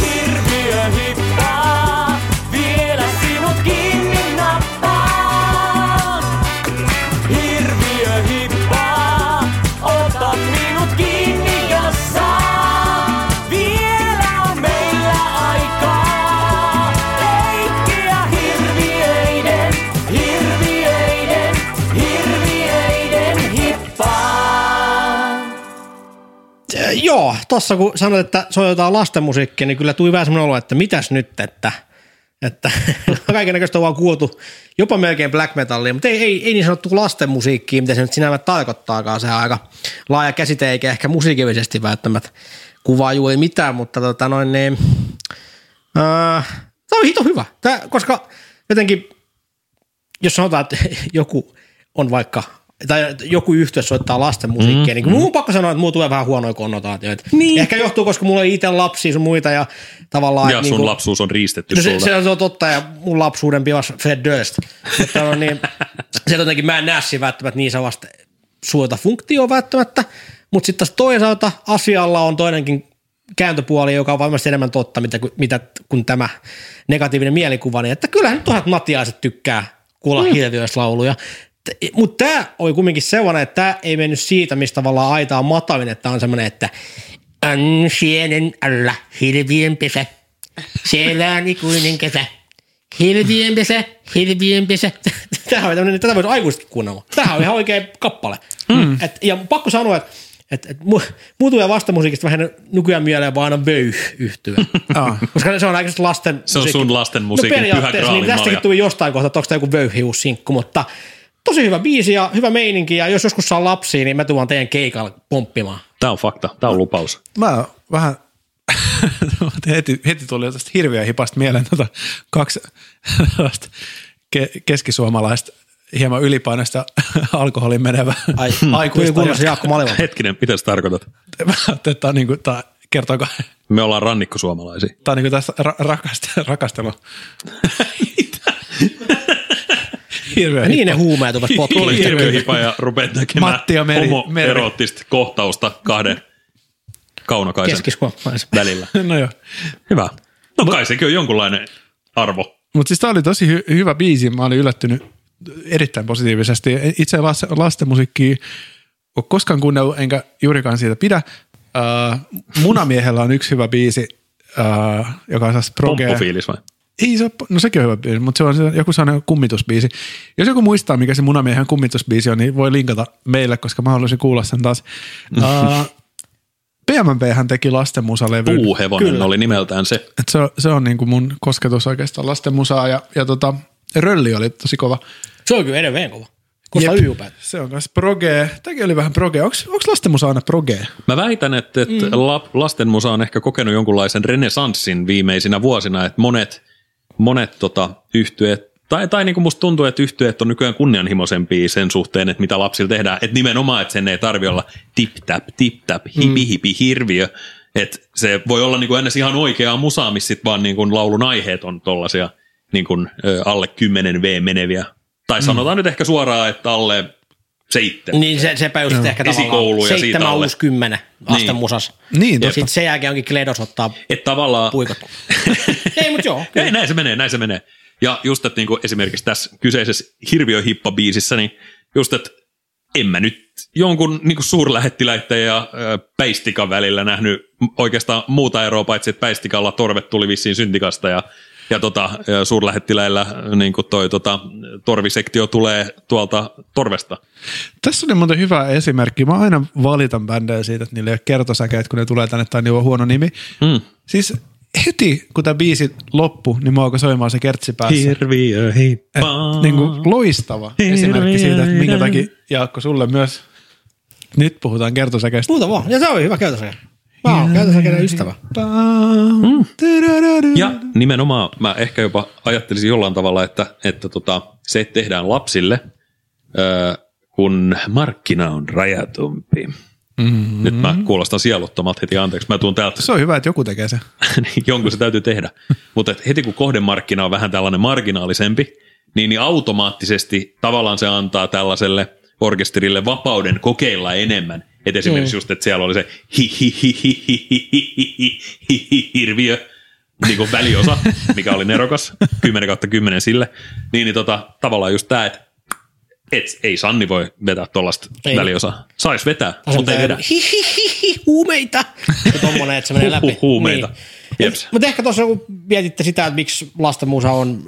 Hirviö hippaa, vielä sinut kiinni nappaa. Hirviö hippaa, ota minut kiinni jos saa. Vielä on meillä aikaa leikkiä hirviöiden, hirviöiden, hirviöiden hippaa.
Äh, Joo, tossa kun sanoit, että soitetaan lastenmusiikkia, niin kyllä tuli vähän semmoinen olo, että mitäs nyt, että, että kaikennäköistä on vaan kuultu, jopa melkein black metallia, mutta ei, ei, ei niin sanottu lastenmusiikkia, mitä se nyt sinällään tarkoittaakaan, se on aika laaja käsite, eikä ehkä musiikillisesti välttämättä kuvaa juuri mitään, mutta tota noin niin, äh, tämä on hito hyvä, tää, koska jotenkin jos sanotaan, että joku on vaikka tai joku yhtye soittaa lasten musiikkia, mm, niin mun on pakko sanoa, että mulla tulee vähän huonoja konnotaatioita. Niin. Ehkä johtuu, koska mulla on itse lapsia sun muita ja tavallaan...
Ja
et
sun
niinku-
lapsuus on riistetty
No se,
sulta.
se, on totta, ja mun lapsuuden pilas Fred Durst. Mutta on niin, se jotenkin, mä en näe siinä välttämättä niin samasta suurta funktioa välttämättä, mutta sitten taas toisaalta asialla on toinenkin kääntöpuoli, joka on varmasti enemmän totta, mitä, mitä kun tämä negatiivinen mielikuva, niin että kyllähän nyt tuhat natiaiset tykkää kuulla mm. hirviöislauluja. Mutta tämä oli kumminkin sellainen, että tämä ei mennyt siitä, mistä tavallaan aita on matalin, että on semmoinen, että on sienen alla hirviön pesä. Siellä on ikuinen kesä. Hirviön pesä, hirviön pesä. Tämähän on tämmönen, tätä voisi aikuisetkin kuunnella. Tämähän on ihan oikea kappale. Mm. Et, ja pakko sanoa, että et, et, mu, muu tulee vastamusiikista vähän nykyään mieleen vaan aina vöyh yhtyä.
Ah.
Koska se on aikaisesti lasten No
Se on sun lasten musiikin pyhä graalin
niin tästäkin
malja.
tuli jostain kohta, että onko tämä joku vöyhiussinkku, mutta tosi hyvä biisi ja hyvä meininki ja jos joskus saa lapsia, niin mä tuon teidän keikalle pomppimaan.
Tämä on fakta, tämä on lupaus.
Mä vähän heti, heti tuli tästä hirveä hipasta mieleen tota kaksi tällaista ke- keskisuomalaista hieman ylipainoista alkoholin menevää Ai,
mm.
Tuli
aikuista.
kunnossa
jotka-
Jaakko Malivalta.
Hetkinen, mitä sä tarkoitat?
Mä ajattelin, että tämä on niin kuin, tämä kertoo,
Me ollaan rannikkosuomalaisia.
tämä on niin kuin tässä ra- rakast- rakastelu. Hirveä
Niin ne huumeet ovat potkiin.
Tuli
Hirveä.
hirveä ja rupeat näkemään
Matti ja Meri- Meri.
homoeroottista kohtausta kahden kaunokaisen
Keskisuomalaisen.
välillä.
No joo.
Hyvä. No kai sekin on jonkunlainen arvo.
Mutta siis tämä oli tosi hy- hyvä biisi. Mä olin yllättynyt erittäin positiivisesti. E, Itse las- lastenmusiikkia ole koskaan kuunnellut, enkä juurikaan siitä pidä. Uh, munamiehellä on yksi hyvä biisi, uh, joka on saas progea.
Pomppufiilis vai?
Ei se ole, no sekin on hyvä biisi, mutta se on se- joku sellainen kummitusbiisi. Jos joku muistaa, mikä se munamiehen kummitusbiisi on, niin voi linkata meille, koska mä haluaisin kuulla sen taas. Uh, PMP hän teki lastenmusalevyn.
Puuhevonen Kyllä. oli nimeltään se.
Et se, on- se on niin kuin mun kosketus oikeastaan lastenmusaa ja, ja tota, Rölli oli tosi kova.
Se on kyllä edelleen kova. Koska yjupäät.
Se on myös proge. Tämäkin oli vähän proge. Onko lastenmusa aina proge?
Mä väitän, että, että mm. la, lastenmusa on ehkä kokenut jonkunlaisen renesanssin viimeisinä vuosina, että monet, monet tota, yhtyeet, tai, tai niin kuin musta tuntuu, että yhtyeet on nykyään kunnianhimoisempia sen suhteen, että mitä lapsilla tehdään. Että nimenomaan, että sen ei tarvi olla tip-tap, tip-tap, hipi, hipi, hirviö. Että se voi olla niin kuin ennen ihan oikeaa musaa, missä sit vaan niin kuin laulun aiheet on tollaisia niin kuin, ö, alle 10 V meneviä. Tai sanotaan mm. nyt ehkä suoraan, että alle seitsemän.
Niin se, sepä just no. ehkä
Esikoulu ja
tavallaan
siitä
7
alle.
uusi 10 lasten
Niin.
musas.
Niin,
ja
totta.
sitten sen jälkeen onkin Kledos ottaa
Että tavallaan...
puikot. Ei, mut joo.
Ei, näin se menee, näin se menee. Ja just, että niinku esimerkiksi tässä kyseisessä hirviöhippabiisissä, niin just, että en mä nyt jonkun niinku suurlähettiläitten ja ö, päistikan välillä nähnyt m- oikeastaan muuta eroa, paitsi että päistikalla torvet tuli vissiin syntikasta ja, ja tota, ö, suurlähettiläillä ö, niinku toi tota, torvisektio tulee tuolta torvesta.
Tässä oli muuten hyvä esimerkki. Mä aina valitan bändejä siitä, että niillä ei ole kertosäkeet, kun ne tulee tänne tai niillä on huono nimi.
Hmm.
Mm. Siis heti, kun tämä biisi loppu, niin mä alkoi soimaan se kertsi päässä.
Hirviö
Et, niin kuin loistava esimerkki siitä, että minkä takia Jaakko sulle myös nyt puhutaan kertosäkeistä.
Muuta vaan. Ja se oli hyvä käytösake.
Mm.
Mä oon käytösake ystävä.
Ja nimenomaan mä ehkä jopa ajattelisin jollain tavalla, että, että tota, se tehdään lapsille, öö, kun markkina on rajatumpi. Mm-hmm. Nyt mä kuulostan sieluttomalta heti, anteeksi, mä tuun täältä,
Se on hyvä, että joku tekee sen.
Niin, jonkun se täytyy tehdä. Mutta et heti kun kohdemarkkina on vähän tällainen marginaalisempi, niin, niin automaattisesti tavallaan se antaa tällaiselle orkesterille vapauden kokeilla enemmän. Et esimerkiksi mm. just, että siellä oli se hi hi hi hi hi hi hi hi hi hi hirviö, niin kuin väliosa, mikä oli nerokas, 10 kautta 10 sille, niin, niin tota, tavallaan just tämä, että et, ei Sanni voi vetää tuollaista
Ei.
väliosaa. Sais vetää, mutta ei vedä.
Hihihihi, huumeita. Ja tommonen, että se menee läpi.
Huhhuh, huumeita. Jeps.
Mutta ehkä tuossa kun mietitte sitä, että miksi lastenmusa on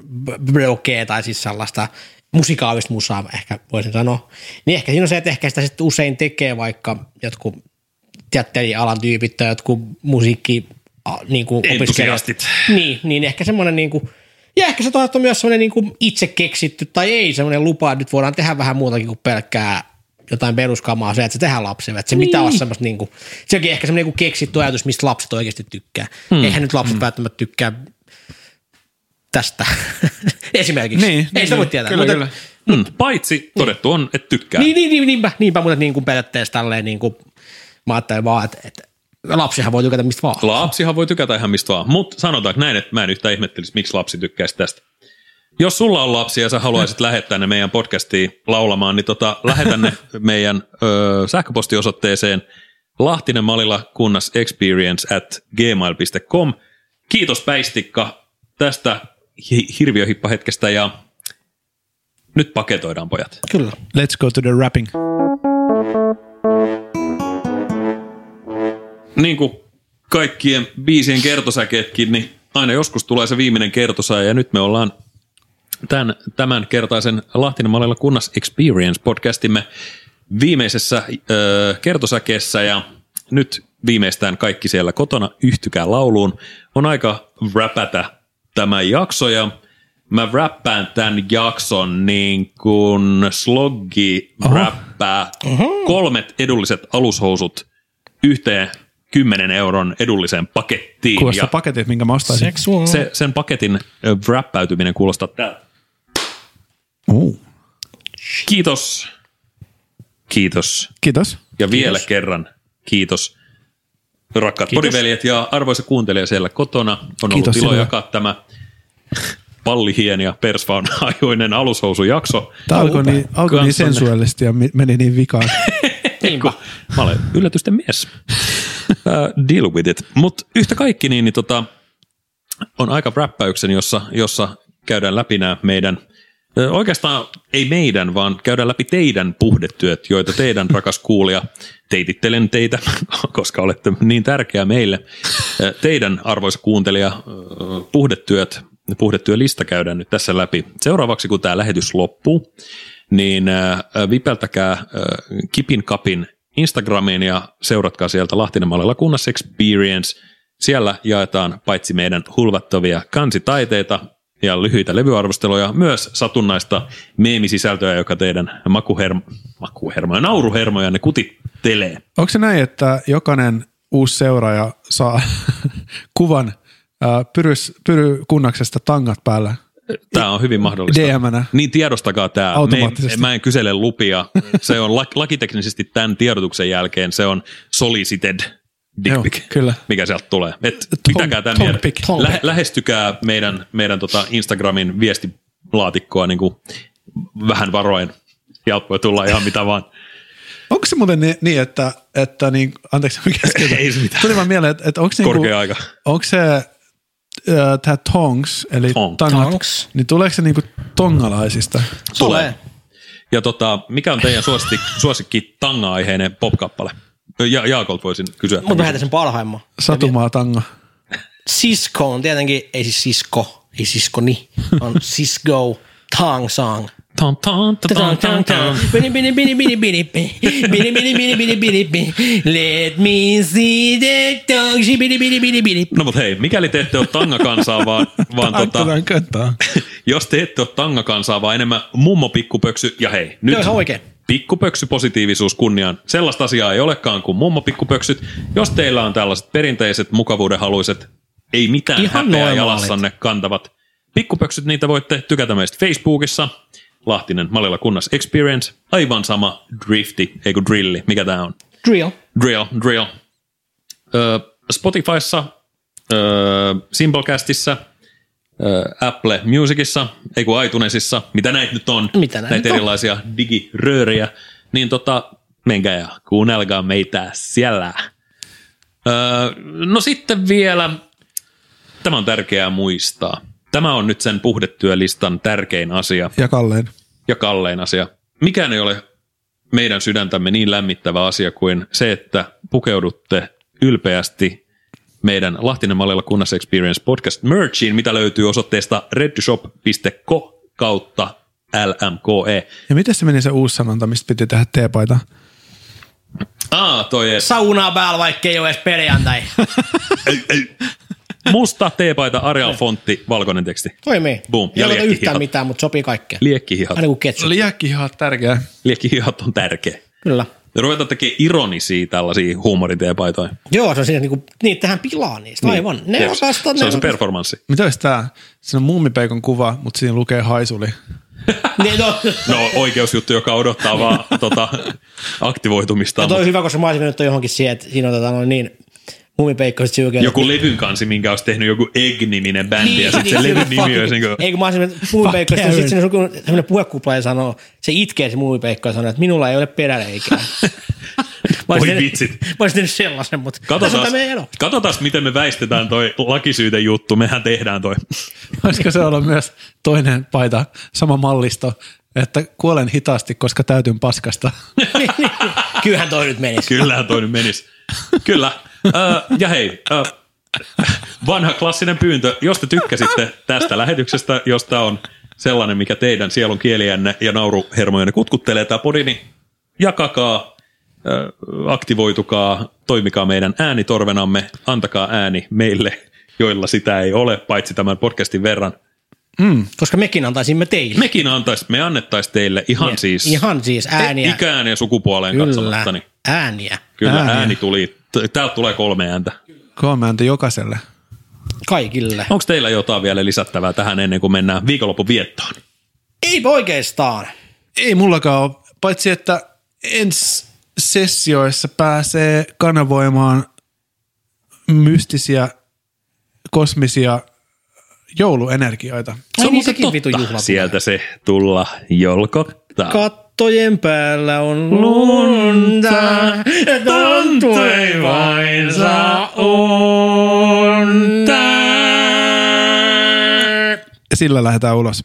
blokee tai siis sellaista musikaalista musaa, mä ehkä voisin sanoa, niin ehkä siinä on se, että ehkä sitä sitten usein tekee vaikka jotkut teatterialan tyypit tai jotkut musiikki a- niin kuin opiskelijat.
Entusiastit.
Niin, niin ehkä semmoinen niin kuin, ja ehkä se toisaalta on myös semmoinen niin kuin itse keksitty tai ei semmoinen lupa, että nyt voidaan tehdä vähän muutakin kuin pelkkää jotain peruskamaa se, että se tehdään lapsille. Että se pitää olla semmoista niin kuin, se onkin ehkä semmoinen niin kuin keksitty ajatus, mistä lapset oikeasti tykkää. Hmm. Eihän nyt lapset hmm. välttämättä tykkää tästä esimerkiksi.
Niin,
ei
niin,
sitä voi
niin.
tietää.
Kyllä,
mutta,
kyllä.
Mm, paitsi todettu on, että tykkää.
Niin, niin, niin, niinpä, niinpä mutta niin kuin periaatteessa tälleen niin kuin, mä ajattelin vaan, että, että lapsihan voi tykätä mistä vaan.
Lapsihan voi tykätä ihan mistä vaan, mutta sanotaanko näin, että mä en yhtään ihmettelisi, miksi lapsi tykkäisi tästä. Jos sulla on lapsia ja sä haluaisit lähettää ne meidän podcastiin laulamaan, niin tota, lähetä ne meidän ö, sähköpostiosoitteeseen lahtinenmalilakunnasexperience at gmail.com. Kiitos Päistikka tästä hi- hirviöhippahetkestä ja nyt paketoidaan pojat.
Kyllä.
Let's go to the wrapping.
niin kuin kaikkien biisien kertosäkeetkin, niin aina joskus tulee se viimeinen kertosäe ja nyt me ollaan tämän, tämän kertaisen Lahtinen Malilla kunnas Experience podcastimme viimeisessä ö, kertosäkeessä ja nyt viimeistään kaikki siellä kotona yhtykää lauluun. On aika räpätä tämä jakso ja mä räppään tämän jakson niin kuin sloggi räppää kolmet edulliset alushousut yhteen 10 euron edulliseen pakettiin.
Kuvasta
Ja
paketit, minkä mä ostaisin.
Seksuaali. Se,
se, sen paketin ö, wrappäytyminen kuulostaa tältä.
Uh.
Kiitos. Kiitos.
Kiitos.
Ja vielä kiitos. kerran kiitos. Rakkaat kiitos. podiveljet ja arvoisa kuuntelija siellä kotona. On kiitos
Kiitos
ollut ilo
sinulle.
jakaa tämä pallihien ja persvaun ajoinen alushousujakso.
Tämä alkoi niin, alkoi niin
Kanssanne.
sensuellisesti ja mi- meni niin vikaan.
Eiku, mä olen yllätysten mies. Uh, deal with it. Mutta yhtä kaikki, niin, niin tota, on aika räppäyksen, jossa, jossa käydään läpi nämä meidän, ö, oikeastaan ei meidän, vaan käydään läpi teidän puhdetyöt, joita teidän rakas kuulija, teitittelen teitä, koska olette niin tärkeä meille. Ö, Teidän arvoisa kuuntelija, ö, puhdetyöt, puhdetyölista käydään nyt tässä läpi. Seuraavaksi, kun tämä lähetys loppuu, niin ö, vipeltäkää ö, Kipin Kapin Instagramiin ja seuratkaa sieltä Lahtinen Mallilla Kunnas Experience – siellä jaetaan paitsi meidän hulvattavia kansitaiteita ja lyhyitä levyarvosteluja, myös satunnaista meemisisältöä, joka teidän makuhermo, makuhermoja, nauruhermoja ne kutittelee.
Onko se näin, että jokainen uusi seuraaja saa kuvan ää, pyrys, pyrykunnaksesta tangat päällä?
Tämä on hyvin mahdollista.
DM-nä.
Niin tiedostakaa tämä.
Automaattisesti.
Mä en kysele lupia. Se on lak- lakiteknisesti tämän tiedotuksen jälkeen, se on solicited dick
Joo,
pic,
kyllä.
mikä sieltä tulee. Et
Tom-
pitäkää tämän
Tom
miele-
pic.
Tom
Lä-
pic.
lähestykää meidän, meidän tota Instagramin viestilaatikkoa niin kuin vähän varoen. Sieltä voi tulla ihan mitä vaan.
Onko se muuten ni- niin, että, että niin, anteeksi, mikä
Ei se mitään.
Tuli vaan mieleen, että, että onko niinku,
Korkea aika.
Onko se tämä tongs, eli
Tong.
tangat,
Tongs.
niin tuleeko se niinku tongalaisista?
Tulee.
Ja tota, mikä on teidän suosikki, suosikki tanga-aiheinen popkappale? Ja, Jaakolta voisin kysyä.
mutta mä sen parhaimman.
Satumaa tanga.
Sisko on tietenkin, ei siis sisko, ei sisko ni, on Cisco Tang Song.
Tan, tan, ta, tan, tan, tan.
Bini, bini, bini, bini, bini, bini. Bini, bini, bini, bini, bini, bini. Let me see the tongue. Shi, bini, bini, bini, bini.
No mutta hei, mikäli te ette ole tangakansaa, vaan, vaan tota,
köttää.
jos te ette ole tangakansaa, vaan enemmän mummo pikkupöksy, ja hei, nyt
Joo, ihan oikein.
pikkupöksy positiivisuus kunniaan. Sellaista asiaa ei olekaan kuin mummo pikkupöksyt. Jos teillä on tällaiset perinteiset, mukavuudenhaluiset, ei mitään
Ihan
Ihan häpeä
normaalit.
jalassanne kantavat pikkupöksyt, niitä voitte tykätä meistä Facebookissa. Lahtinen Malilla kunnas Experience, aivan sama drifti, ei kun drilli, mikä tämä on?
Drill.
Drill, drill. Ö, Spotifyssa, ö, Simplecastissa, ö, Apple Musicissa, ei kun iTunesissa, mitä näitä nyt on,
Mitä näitä
näitä
nyt on?
erilaisia digiröörejä, niin tota, menkää ja kuunnelkaa meitä siellä. Ö, no sitten vielä, tämä on tärkeää muistaa. Tämä on nyt sen puhdetyölistan tärkein asia
Ja kalleen.
ja kallein asia. Mikään ei ole meidän sydäntämme niin lämmittävä asia kuin se, että pukeudutte ylpeästi meidän Lahtinen Mallilla Kunnas Experience Podcast merchiin, mitä löytyy osoitteesta redshop.co kautta LMKE.
Ja miten se meni se uusi sanonta, mistä piti tehdä teepaita?
Aa, Ah, toi ees.
Saunaa päällä, vaikka ei ole edes perjantai.
Musta teepaita, Arial fontti, valkoinen teksti.
Toimii.
Boom.
Ei
Ja
ole yhtään
liekkihihat.
mitään, mutta sopii kaikkeen.
Liekkihihat.
Aina kuin ketsu.
Liekki ihan tärkeä.
Liekkihihat on tärkeä.
Kyllä.
Ja ruvetaan tekemään ironisia tällaisia huumoriteepaitoja.
Joo, se on siinä niinku, niitä tähän pilaa niistä, niin. aivan. Ne
Yes.
on vasta,
Se
ne
on se
on
performanssi.
Mitä olisi tää? Siinä on muumipeikon kuva, mutta siinä lukee haisuli.
Niin, no,
No oikeusjuttu, joka odottaa vaan tota, aktivoitumista.
ja toi on hyvä, koska mä olisin mennyt toi johonkin siihen, että siinä on tota, no, niin mumipeikkoiset syykeet.
Joku levyn kansi, minkä olisi tehnyt joku Egg-niminen bändi, niin, ja sitten se levyn nimi olisi niin kuin,
Ei kun mä olisin mennyt mumipeikkoiset, ja sitten siinä on semmoinen puhekupla ja sanoo, se itkee se mumipeikko ja sanoo, että minulla ei ole peräreikää. Mä
voi
olisin tehnyt-
vitsit.
Mä olisin tehnyt sellaisen, mutta tässä on
Katsotaan,
tämä meidän ero.
katsotaan, miten me väistetään toi lakisyyden juttu. Mehän tehdään toi.
Olisiko se olla myös toinen paita, sama mallisto, että kuolen hitaasti, koska täytyn paskasta.
Niin, niin. Kyllähän toi nyt menisi.
Kyllähän toi nyt menisi. Kyllä. Ö, ja hei, ö, vanha klassinen pyyntö. Jos te tykkäsitte tästä lähetyksestä, jos tämä on sellainen, mikä teidän sielun kieliänne ja nauruhermojenne kutkuttelee tämä podi, niin jakakaa, ö, aktivoitukaa, toimikaa meidän äänitorvenamme, antakaa ääni meille, joilla sitä ei ole, paitsi tämän podcastin verran.
Koska mekin antaisimme teille.
Mekin antais, me annettais teille ihan siis
Ihan siis ääniä.
ikään ja sukupuoleen
Kyllä,
katsomatta. Niin
ääniä.
kyllä
Ääniä.
ääni, ääni tuli. T- Täältä tulee kolme ääntä.
Kommentti jokaiselle.
Kaikille.
Onko teillä jotain vielä lisättävää tähän ennen kuin mennään viikonlopun viettoon?
Ei oikeastaan.
Ei mullakaan ole, paitsi että ensi sessioissa pääsee kanavoimaan mystisiä kosmisia jouluenergioita.
Se on niin,
muuten
sekin vitu juhla.
Sieltä se tulla jolkottaa.
Kattojen päällä on lunta, tuntuu ei vain saa unta.
Ja sillä lähdetään ulos.